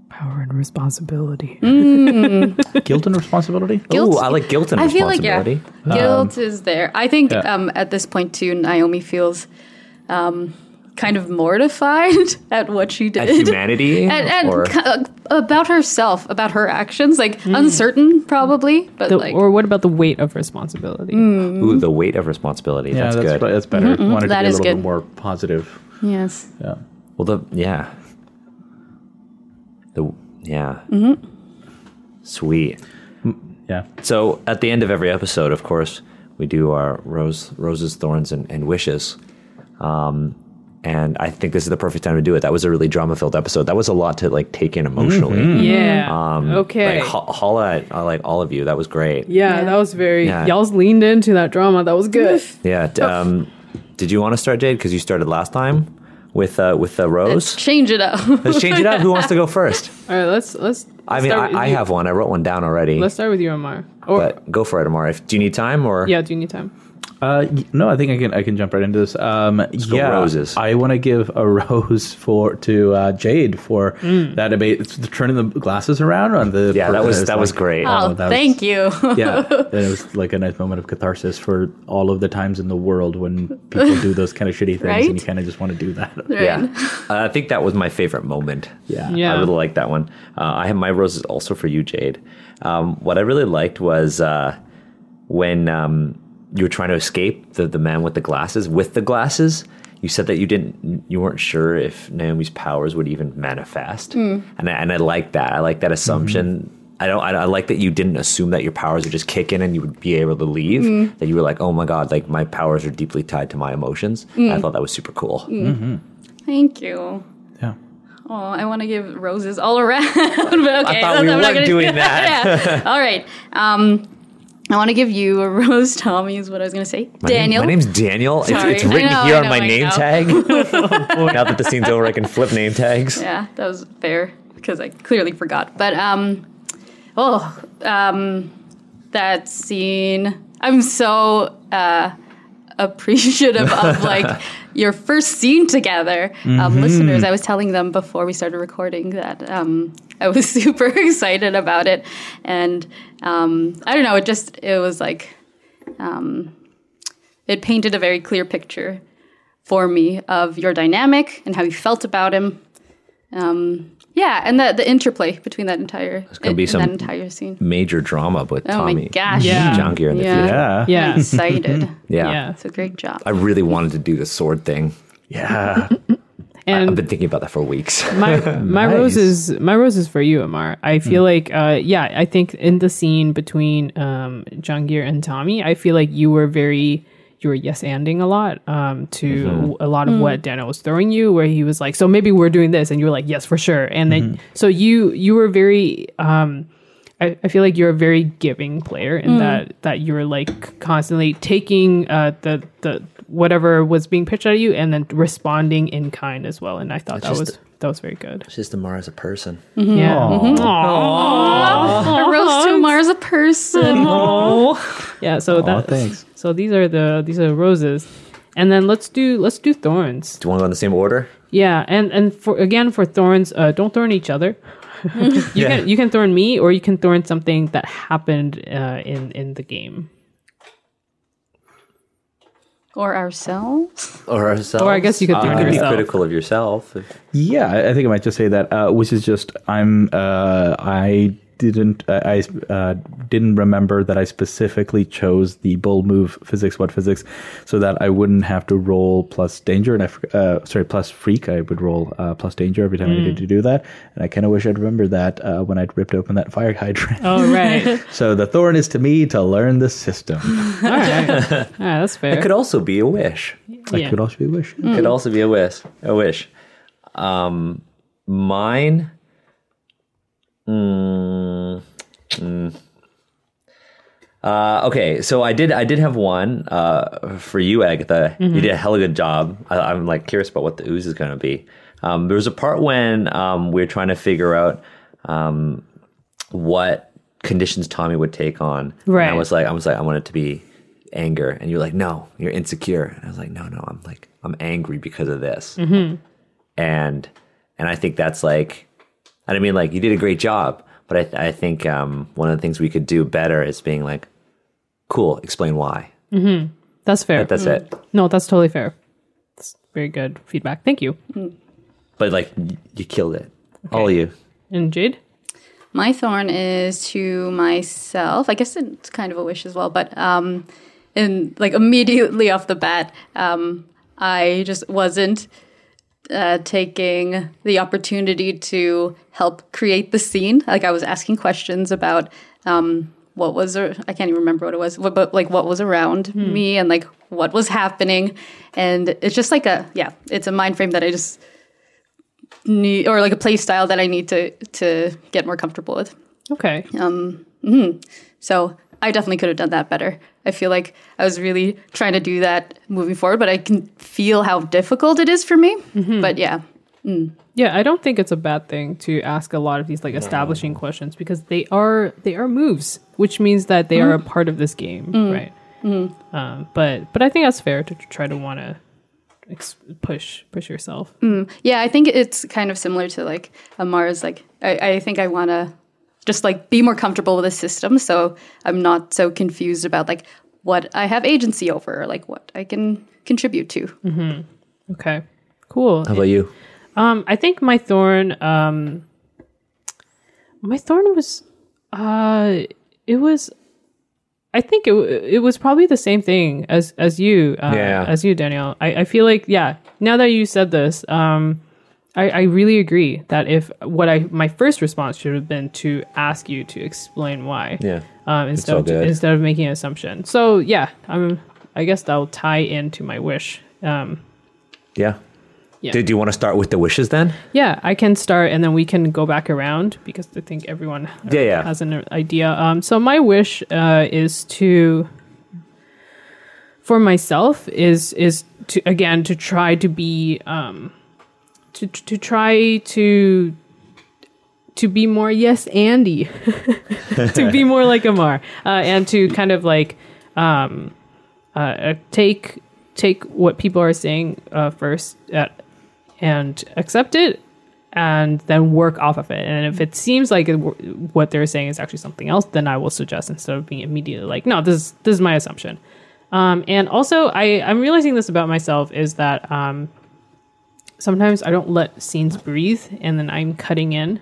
Speaker 2: Power and responsibility.
Speaker 4: Guilt and responsibility?
Speaker 3: Guilt-
Speaker 1: Ooh, I like guilt and
Speaker 3: I feel like yeah,
Speaker 1: responsibility. Um,
Speaker 3: guilt is there. I think
Speaker 4: yeah.
Speaker 3: um, at this point too, Naomi feels um, kind of mortified at what she
Speaker 1: At
Speaker 3: did.
Speaker 1: humanity
Speaker 3: and, and
Speaker 1: or
Speaker 3: ki- uh, about herself, about her actions, like uncertain probably, but
Speaker 2: Hmm. The-
Speaker 3: like
Speaker 2: or what about the weight of responsibility?
Speaker 1: ooh, the weight of responsibility.
Speaker 4: Yeah,
Speaker 1: that's,
Speaker 4: that's,
Speaker 1: good.
Speaker 4: be- that's better. Wanted
Speaker 3: Mm-hmm. That
Speaker 4: to be a
Speaker 3: is
Speaker 4: little
Speaker 3: good.
Speaker 4: bit more positive.
Speaker 3: yes,
Speaker 4: Yeah.
Speaker 1: Well, the yeah, the yeah, sweet.
Speaker 4: Yeah.
Speaker 1: So at the end of every episode, of course, we do our rose, roses, thorns, and, and wishes. Um, and I think this is the perfect time to do it. That was a really drama filled episode. That was a lot to like take in emotionally.
Speaker 4: Mm-hmm.
Speaker 2: Yeah.
Speaker 1: Um,
Speaker 2: okay.
Speaker 1: Like, ho- holla at uh, like all of you. That was great.
Speaker 2: yeah,
Speaker 3: Yeah.
Speaker 2: that was very.
Speaker 1: Yeah.
Speaker 2: Y'all's leaned into that drama. That was good.
Speaker 1: Yeah. d- Um, did you want to start, Jade? Because you started last time with uh, with uh,
Speaker 3: Let's
Speaker 1: Rose.
Speaker 3: change it up.
Speaker 1: Let's change it up. Who wants to go first?
Speaker 2: All right, let's let's.
Speaker 1: I
Speaker 2: let's
Speaker 1: mean,
Speaker 2: start with
Speaker 1: I, I
Speaker 2: you.
Speaker 1: have one. I wrote one down already.
Speaker 2: Let's start with you, Omar. Or
Speaker 1: but go for it, Amar. If do you need time or
Speaker 2: yeah, do you need time?
Speaker 4: Uh, y- no, I think I can I can jump right into this. Um,
Speaker 1: go
Speaker 4: yeah,
Speaker 1: roses.
Speaker 4: I want to give a rose for to uh, Jade for
Speaker 3: Mm.
Speaker 4: that debate, it's the turning the glasses around on the.
Speaker 1: Yeah, that was
Speaker 4: it's
Speaker 1: that was
Speaker 4: like-
Speaker 1: great.
Speaker 3: oh,
Speaker 4: that was-
Speaker 3: thank you.
Speaker 4: yeah, and it was like a nice moment of catharsis for all of the times in the world when people do those kind of shitty things,
Speaker 3: Right?
Speaker 4: and you kind of just want to do that.
Speaker 1: yeah, Uh, I think that was my favorite moment.
Speaker 4: Yeah.
Speaker 2: Yeah.
Speaker 1: I really like that one. Uh, I have my roses also for you, Jade. Um, what I really liked was uh, when um, you were trying to escape the the man with the glasses. With the glasses, you said that you didn't, you weren't sure if Naomi's powers would even manifest, and I, and I like that. I like that assumption. I don't. I, I like that you didn't assume that your powers would just kick in and you would be able to leave. That you were like, oh my god, like my powers are deeply tied to my emotions. I thought that was super cool.
Speaker 3: Thank you.
Speaker 4: Yeah.
Speaker 3: Oh, I want to give roses all around. but okay, I
Speaker 1: thought we weren't doing that.
Speaker 3: all right. Um, I want to give you a rose, Tommy, is what I was going to say.
Speaker 1: My name-
Speaker 3: Daniel.
Speaker 1: my name's Daniel. It's,
Speaker 3: Sorry.
Speaker 1: it's
Speaker 3: I
Speaker 1: written
Speaker 3: know,
Speaker 1: here
Speaker 3: I
Speaker 1: on
Speaker 3: know,
Speaker 1: my
Speaker 3: I
Speaker 1: name
Speaker 3: know.
Speaker 1: tag. now that the scene's over, I can flip name tags.
Speaker 3: yeah, that was fair because I clearly forgot. But um, oh, um, that scene. I'm so uh, appreciative of like your first scene together,
Speaker 1: Mm-hmm.
Speaker 3: um, listeners. I was telling them before we started recording that um, I was super excited about it, and um, I don't know. It just it was like um, it painted a very clear picture. For me, of your dynamic and how you felt about him, um, yeah, and the the interplay between that entire
Speaker 1: gonna be
Speaker 3: in
Speaker 1: some-
Speaker 3: that entire scene.
Speaker 1: Major drama with
Speaker 3: Oh
Speaker 1: Tommy.
Speaker 3: my gosh!
Speaker 2: Yeah.
Speaker 1: Junkier in the
Speaker 3: Yeah.
Speaker 1: future.
Speaker 4: Yeah.
Speaker 2: Yeah.
Speaker 3: I'm excited.
Speaker 1: Yeah.
Speaker 2: Yeah.
Speaker 3: it's a great job.
Speaker 1: I really wanted to do the sword thing.
Speaker 4: Yeah.
Speaker 1: I've
Speaker 2: And
Speaker 1: been thinking about that for weeks.
Speaker 2: my my
Speaker 4: Nice.
Speaker 2: rose is my rose is for you, Amar. I
Speaker 1: Hmm.
Speaker 2: feel like uh yeah, I think in the scene between um Jangir and Tommy, I feel like you were very you were yes anding a lot um to
Speaker 1: Mm-hmm.
Speaker 2: a lot of what Daniel was throwing you, where he was like, So maybe we're doing this and you were like, Yes, for sure. And then
Speaker 1: Mm-hmm.
Speaker 2: so you you were very um I, I feel like you're a very giving player in that that you're like constantly taking uh, the the whatever was being pitched at you and then responding in kind as well. And I thought that
Speaker 1: just-
Speaker 2: was that was very good.
Speaker 1: It's just Amar as a person.
Speaker 2: Yeah. Mm-hmm.
Speaker 3: I rose to Mars a person.
Speaker 2: Yeah. So that
Speaker 4: thanks.
Speaker 2: So these are the these are roses, and then let's do let's do thorns.
Speaker 1: Do you want to go in the same order?
Speaker 2: Yeah. And and for again for thorns, uh, don't thorn each other. you
Speaker 1: Yeah.
Speaker 2: can you can thorn me or you can thorn something that happened uh, in in the game.
Speaker 3: or ourselves.
Speaker 1: Or ourselves?
Speaker 2: Or I guess you could thorn
Speaker 1: you could be
Speaker 2: yourself.
Speaker 1: critical of yourself.
Speaker 4: Yeah, I I think I might just say that, uh, which is just I'm uh, I didn't I I, uh, didn't remember that I specifically chose the bull move physics what physics so that I wouldn't have to roll plus danger and I f- uh, sorry plus freak I would roll uh, plus danger every time I needed to do that and I kind of wish I'd remembered that uh, when I ripped open that fire hydrant.
Speaker 2: Oh right.
Speaker 4: So the thorn is to me to learn the system.
Speaker 2: All right. All right, Ah, that's fair.
Speaker 1: It could also be a wish.
Speaker 4: I could also be wishing.
Speaker 1: It could
Speaker 2: Mm.
Speaker 1: also be a wish. A wish. Um, mine. Mm, mm. Uh, okay, so I did. I did have one uh, for you, Agatha. You did a hella good job. I, I'm like curious about what the ooze is going to be. Um, there was a part when um, we were trying to figure out um, what conditions Tommy would take on. And I
Speaker 2: Right.
Speaker 1: was like, I was like, I want it to be anger, and you're like, no, you're insecure. And I was like, no, no, I'm like, I'm angry because of this. And and I think that's like, and I mean, like, you did a great job, but I, th- I think um, one of the things we could do better is being like, cool, explain why.
Speaker 2: That's fair.
Speaker 1: That's it.
Speaker 2: no, that's totally fair. That's very good feedback. Thank you.
Speaker 1: But like, y- you killed it, all of you.
Speaker 2: And Jade?
Speaker 3: My thorn is to myself. I guess it's kind of a wish as well, but um, and like immediately off the bat, um, I just wasn't uh, taking the opportunity to help create the scene. Like I was asking questions about um, what was ar- I can't even remember what it was, what, but like what was around me and like what was happening. And it's just like a, yeah, it's a mind frame that I just need, or like a play style that I need to, to get more comfortable with.
Speaker 2: Okay.
Speaker 3: So I definitely could have done that better. I feel like I was really trying to do that moving forward, but I can feel how difficult it is for me. But yeah,
Speaker 2: Yeah, I don't think it's a bad thing to ask a lot of these like establishing questions because they are they are moves, which means that they are a part of this game, right? Um, but but I think that's fair to t- try to want to ex- push push yourself.
Speaker 3: yeah, I think it's kind of similar to like Amara's. Like, I, I think I want to just like be more comfortable with the system, so I'm not so confused about like what I have agency over, or, like what I can contribute to.
Speaker 2: Okay, cool.
Speaker 1: How about you?
Speaker 2: Um, I think my thorn, um, my thorn was, uh, it was, I think it w- it was probably the same thing as as you, uh,
Speaker 1: Yeah.
Speaker 2: as you, Danielle. I, I feel like yeah. Now that you said this, um, I, I really agree that if what I my first response should have been to ask you to explain why,
Speaker 1: Yeah.
Speaker 2: um, instead
Speaker 1: all
Speaker 2: of,
Speaker 1: good.
Speaker 2: instead of making an assumption. So yeah, I'm I guess that'll tie into my wish. Um,
Speaker 1: Yeah.
Speaker 2: Yeah.
Speaker 1: Do, do you want to start with the wishes then?
Speaker 2: Yeah, I can start and then we can go back around because I think everyone
Speaker 1: Yeah, yeah.
Speaker 2: has an idea. Um, so my wish uh, is to for myself is is to again to try to be um, to to try to to be more yes Andy to be more like Amar uh, and to kind of like um, uh, take take what people are saying uh, first at and accept it and then work off of it. And if it seems like it, what they're saying is actually something else, then I will suggest instead of being immediately like, no, this is, this is my assumption. Um, and also, I, I'm realizing this about myself is that um, sometimes I don't let scenes breathe and then I'm cutting in.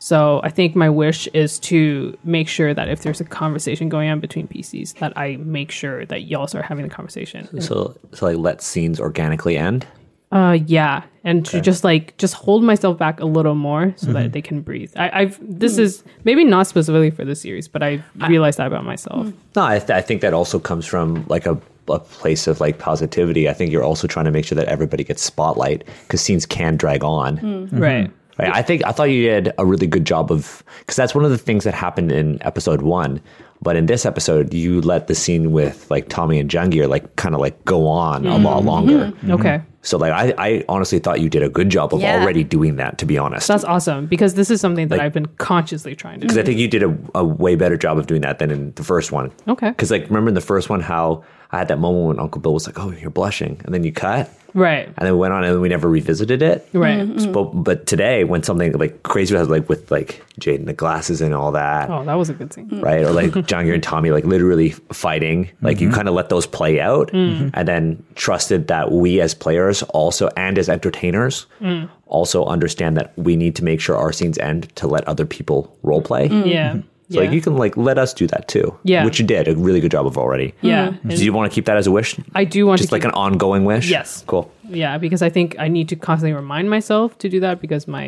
Speaker 2: So I think my wish is to make sure that if there's a conversation going on between PCs, that I make sure that y'all start having the conversation.
Speaker 1: So, so like let scenes organically end.
Speaker 2: Uh, yeah, and to just like just hold myself back a little more so
Speaker 1: Mm-hmm.
Speaker 2: that they can breathe. I, I've this is maybe not specifically for this series, but I realized that about myself.
Speaker 1: No, I, th- I think that also comes from like a, a place of like positivity. I think you're also trying to make sure that everybody gets spotlight because scenes can drag on.
Speaker 2: Mm. Right.
Speaker 1: Right. I think I thought you did a really good job of because that's one of the things that happened in episode one. But in this episode, you let the scene with like Tommy and Jungier like kind of like go on a lot longer.
Speaker 2: Okay.
Speaker 1: So like I, I honestly thought you did a good job of
Speaker 3: Yeah.
Speaker 1: already doing that. To be honest,
Speaker 2: That's awesome because this is something that
Speaker 1: Like-
Speaker 2: I've been consciously trying to
Speaker 1: because
Speaker 2: do.
Speaker 1: I think you did a, a way better job of doing that than in the first one.
Speaker 2: Okay.
Speaker 1: Because like remember in the first one how I had that moment when Uncle Bill was like, "Oh, you're blushing," and then you cut,
Speaker 2: Right.
Speaker 1: and then we went on, and then we never revisited it.
Speaker 2: Right.
Speaker 1: But but today when something like crazy has like with like Jade and the glasses and all that,
Speaker 2: Oh, that was a good scene.
Speaker 1: right? Or like John Gear and Tommy, like literally fighting. Like
Speaker 2: Mm-hmm.
Speaker 1: you kind of let those play out, and then trusted that we as players also and as entertainers
Speaker 2: Mm.
Speaker 1: also understand that we need to make sure our scenes end to let other people role play.
Speaker 2: Yeah.
Speaker 1: Mm-hmm. So
Speaker 2: Mm. Yeah.
Speaker 1: like you can like let us do that too.
Speaker 2: Yeah.
Speaker 1: which you did a really good job of already.
Speaker 2: yeah.
Speaker 1: Do you want to keep that as a wish?
Speaker 2: I do want
Speaker 1: Mm-hmm. Just
Speaker 2: to
Speaker 1: like
Speaker 2: keep,
Speaker 1: an ongoing wish.
Speaker 2: Yes.
Speaker 1: Cool.
Speaker 2: yeah because I think I need to constantly remind myself to do that because my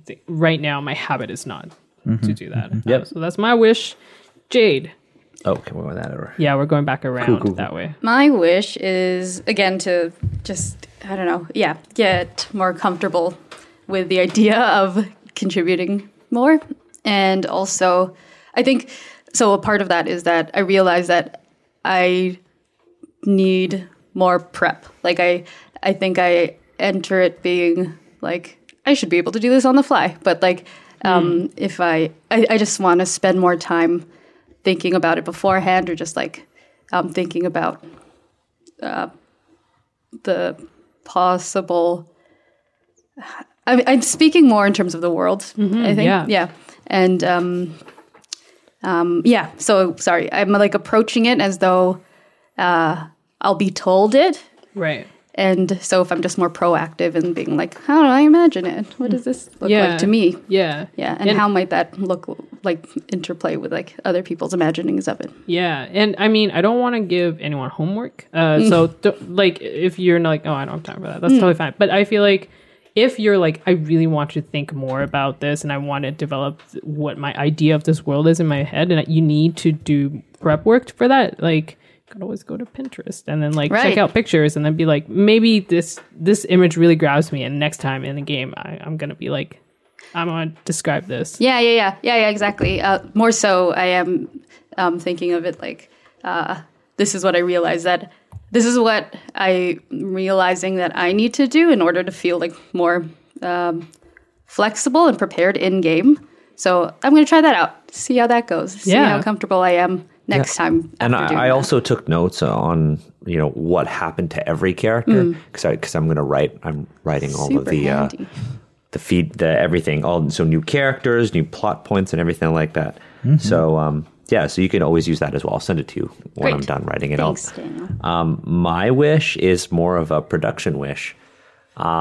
Speaker 2: I think right now my habit is not to do that.
Speaker 1: Mm-hmm. Yep.
Speaker 2: Uh, so that's my wish, Jade.
Speaker 1: Oh, can we go with that over?
Speaker 2: Yeah, we're going back around that way.
Speaker 3: My wish is again to just I don't know, yeah, get more comfortable with the idea of contributing more. And also I think so a part of that is that I realize that I need more prep. Like I I think I enter it being like I should be able to do this on the fly, but like um, if I, I, I just want to spend more time thinking about it beforehand or just like um, thinking about uh, the possible. I, I'm speaking more in terms of the world, I think.
Speaker 2: Mm-hmm. yeah.
Speaker 3: yeah. And um, um, yeah, so sorry. I'm like approaching it as though uh, I'll be told it.
Speaker 2: Right.
Speaker 3: And so if I'm just more proactive and being like, how do I imagine it? What does this look like to me?
Speaker 2: Yeah.
Speaker 3: Yeah, and, how might that look like interplay with like other people's imaginings of it?
Speaker 2: Yeah, and I mean, I don't want to give anyone homework. Uh,
Speaker 3: Mm.
Speaker 2: So, do like, if you're not like, oh, I don't have time for that, that's totally fine. But I feel like if you're like, I really want to think more about this, and I want to develop th- what my idea of this world is in my head, and you need to do prep work for that, like could always go to Pinterest and then like check
Speaker 3: Right.
Speaker 2: out pictures and then be like, maybe this this image really grabs me, and next time in the game, I, I'm gonna be like, I'm gonna describe this.
Speaker 3: Yeah, yeah, yeah, yeah, yeah. Exactly. Uh, more so, I am um, thinking of it like uh, this is what I realize that this is what I realizing that I need to do in order to feel like more um, flexible and prepared in game. So I'm going to try that out. See how that goes. See
Speaker 2: Yeah.
Speaker 3: how comfortable I am next time.
Speaker 1: and
Speaker 3: after doing
Speaker 1: I, I
Speaker 3: that.
Speaker 1: also took notes on you know what happened to every character
Speaker 2: Mm.
Speaker 1: because because I'm going to write I'm writing all of
Speaker 3: Super
Speaker 1: the uh,
Speaker 3: handy.
Speaker 1: the feed the everything all so new characters new plot points and everything like that. So um, yeah, so you can always use that as well. I'll send it to you when I'm
Speaker 3: Mm-hmm. Great.
Speaker 1: done writing it
Speaker 3: Thanks,
Speaker 1: out.
Speaker 3: Daniel.
Speaker 1: Um, my wish is more of a production wish.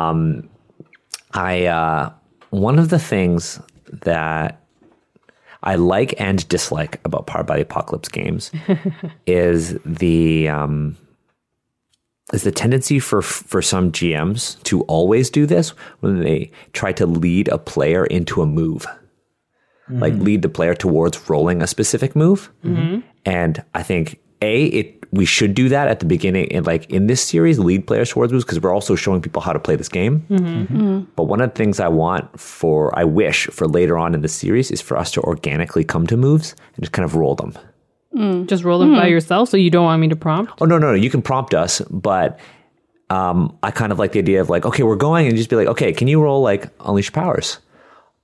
Speaker 1: Um, I uh, one of the things that I like and dislike about Powered by the Apocalypse games is the um, is the tendency for for some GMs to always do this when they try to lead a player into a move, like lead the player towards rolling a specific move. And I think a it we should do that at the beginning and like in this series lead players towards moves because we're also showing people how to play this game. But one of the things I want for I wish for later on in the series is for us to organically come to moves and just kind of roll them.
Speaker 3: Mm.
Speaker 2: Just roll them
Speaker 3: Mm-hmm.
Speaker 2: by yourself, so you don't want me to prompt.
Speaker 1: Oh no, no, no! You can prompt us, but um, I kind of like the idea of like, okay, we're going, and just be like, okay, can you roll like unleash powers?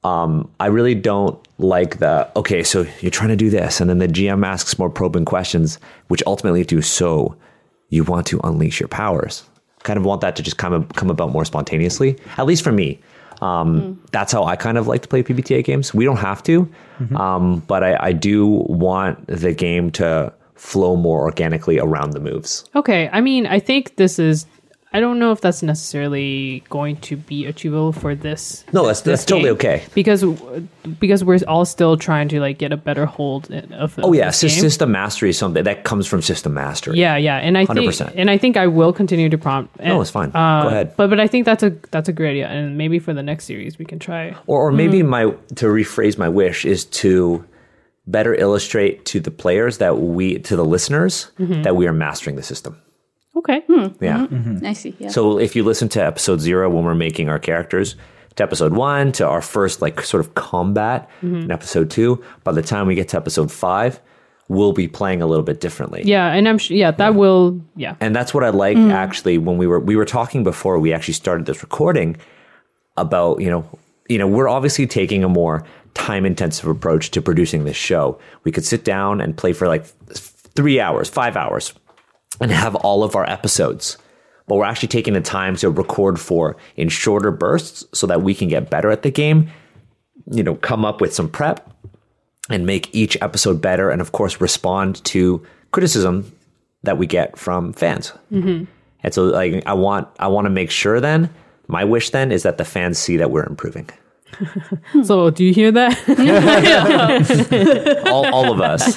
Speaker 1: Um, I really don't like the okay, so you're trying to do this, and then the GM asks more probing questions, which ultimately do so. You want to unleash your powers. Kind of want that to just come come about more spontaneously. At least for me, um, that's how I kind of like to play PBTA games. We don't have to,
Speaker 2: Mm-hmm.
Speaker 1: um, but I, I do want the game to flow more organically around the moves.
Speaker 2: Okay, I mean, I think this is. I don't know if that's necessarily going to be achievable for this.
Speaker 1: No, that's
Speaker 2: this
Speaker 1: that's totally
Speaker 2: game.
Speaker 1: okay.
Speaker 2: because because we're all still trying to like get a better hold of.
Speaker 1: Oh
Speaker 2: of
Speaker 1: yeah,
Speaker 2: this
Speaker 1: sys-
Speaker 2: game.
Speaker 1: system mastery is something that comes from system mastery.
Speaker 2: Yeah, yeah, and I think
Speaker 1: 100%.
Speaker 2: and I think I will continue to prompt. And,
Speaker 1: it's fine. Go ahead.
Speaker 2: But but I think that's a that's a great idea, and maybe for the next series we can try.
Speaker 1: Or, or maybe my to rephrase my wish is to better illustrate to the players that we to the listeners that we are mastering the system.
Speaker 2: Okay,
Speaker 1: Yeah.
Speaker 3: I see. Yeah.
Speaker 1: Um, So if you listen to episode zero when we're making our characters, to episode one, to our first like sort of combat in episode two, by the time we get to episode five, we'll be playing a little bit differently.
Speaker 2: yeah, and I'm sure. Yeah, that will. Yeah,
Speaker 1: And that's what I like actually when we were we were talking before we actually started this recording about, you know, you know, we're obviously taking a more time intensive approach to producing this show. We could sit down and play for like 3 hours, 5 hours and have all of our episodes. But we're actually taking the time to record for in shorter bursts so that we can get better at the game, you know, come up with some prep and make each episode better and of course respond to criticism that we get from fans
Speaker 2: Mm-hmm.
Speaker 1: and so like i want i want to make sure then my wish then is that the fans see that we're improving
Speaker 2: so do you hear that?
Speaker 1: all, all of us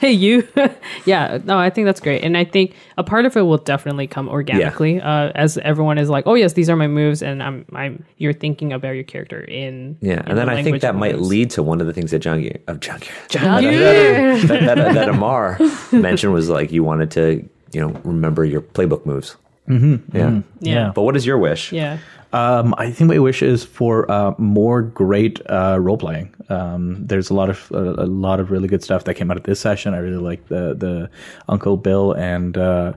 Speaker 2: hey, you. yeah, no, I think that's great, and I think a part of it will definitely come organically uh, as everyone is like, oh yes, these are my moves, and I'm I'm you're thinking about your character in
Speaker 1: yeah
Speaker 2: in
Speaker 1: and then
Speaker 2: the
Speaker 1: i think
Speaker 2: language
Speaker 1: that
Speaker 2: of
Speaker 1: might
Speaker 2: moves.
Speaker 1: lead to one of the things that john of john that, that, that, that amar mentioned was like you wanted to you know remember your playbook moves mm-hmm, yeah
Speaker 2: Yeah.
Speaker 1: but what is your wish
Speaker 2: Yeah.
Speaker 4: Um, I think my wish is for uh, more great uh, role playing. Um, there's a lot of a, a lot of really good stuff that came out of this session. I really like the the Uncle Bill and uh,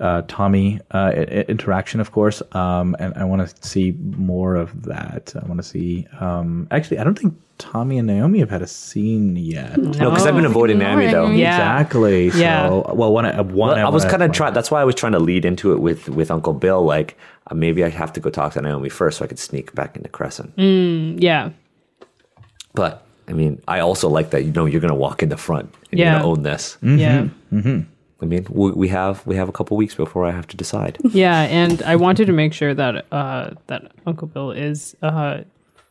Speaker 4: uh, Tommy uh, i- i- interaction, of course. Um, and I want to see more of that. I want to see. Um, actually, I don't think Tommy and Naomi have had a scene yet.
Speaker 1: no because i've been
Speaker 2: Oh.
Speaker 1: avoiding naomi though
Speaker 2: Yeah.
Speaker 4: Exactly.
Speaker 2: Yeah.
Speaker 4: So, well, one, I- one
Speaker 1: Well, I was
Speaker 4: wanna-
Speaker 1: kind of trying. That's why I was trying to lead into it with with Uncle Bill. Like uh, maybe I have to go talk to Naomi first, so I could sneak back into Crescent.
Speaker 2: Mm. Yeah.
Speaker 1: But I mean, I also like that. You know, you're going to walk in the front and you're
Speaker 2: Yeah.
Speaker 1: going to own this.
Speaker 2: Yeah.
Speaker 1: I mean, we, we have we have a couple weeks before I have to decide.
Speaker 2: Yeah, and I wanted to make sure that uh, that Uncle Bill is uh,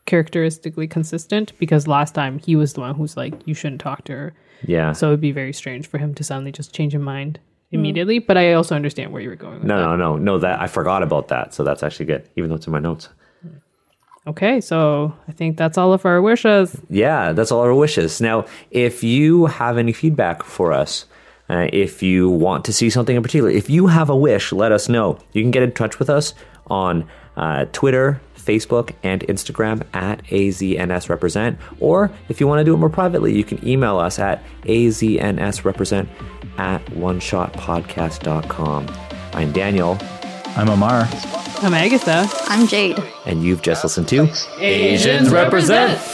Speaker 2: characteristically consistent because last time he was the one who's like, "You shouldn't talk to her."
Speaker 1: Yeah.
Speaker 2: So it'd be very strange for him to suddenly just change his mind immediately. But I also understand where you were going. With
Speaker 1: no, no, no, no. That I forgot about that. So that's actually good, even though it's in my notes.
Speaker 2: that. Okay, so I think that's all of our wishes.
Speaker 1: Yeah, that's all our wishes. Now, if you have any feedback for us, Uh, if you want to see something in particular, if you have a wish, let us know. You can get in touch with us on uh, Twitter, Facebook, and Instagram at AZNSRepresent. Or if you want to do it more privately, you can email us at AZNSRepresent at OneShotPodcast.com. I'm Daniel,
Speaker 4: I'm Amar.
Speaker 2: I'm Agatha.
Speaker 3: I'm Jade.
Speaker 1: and you've just listened to
Speaker 2: Asians represent.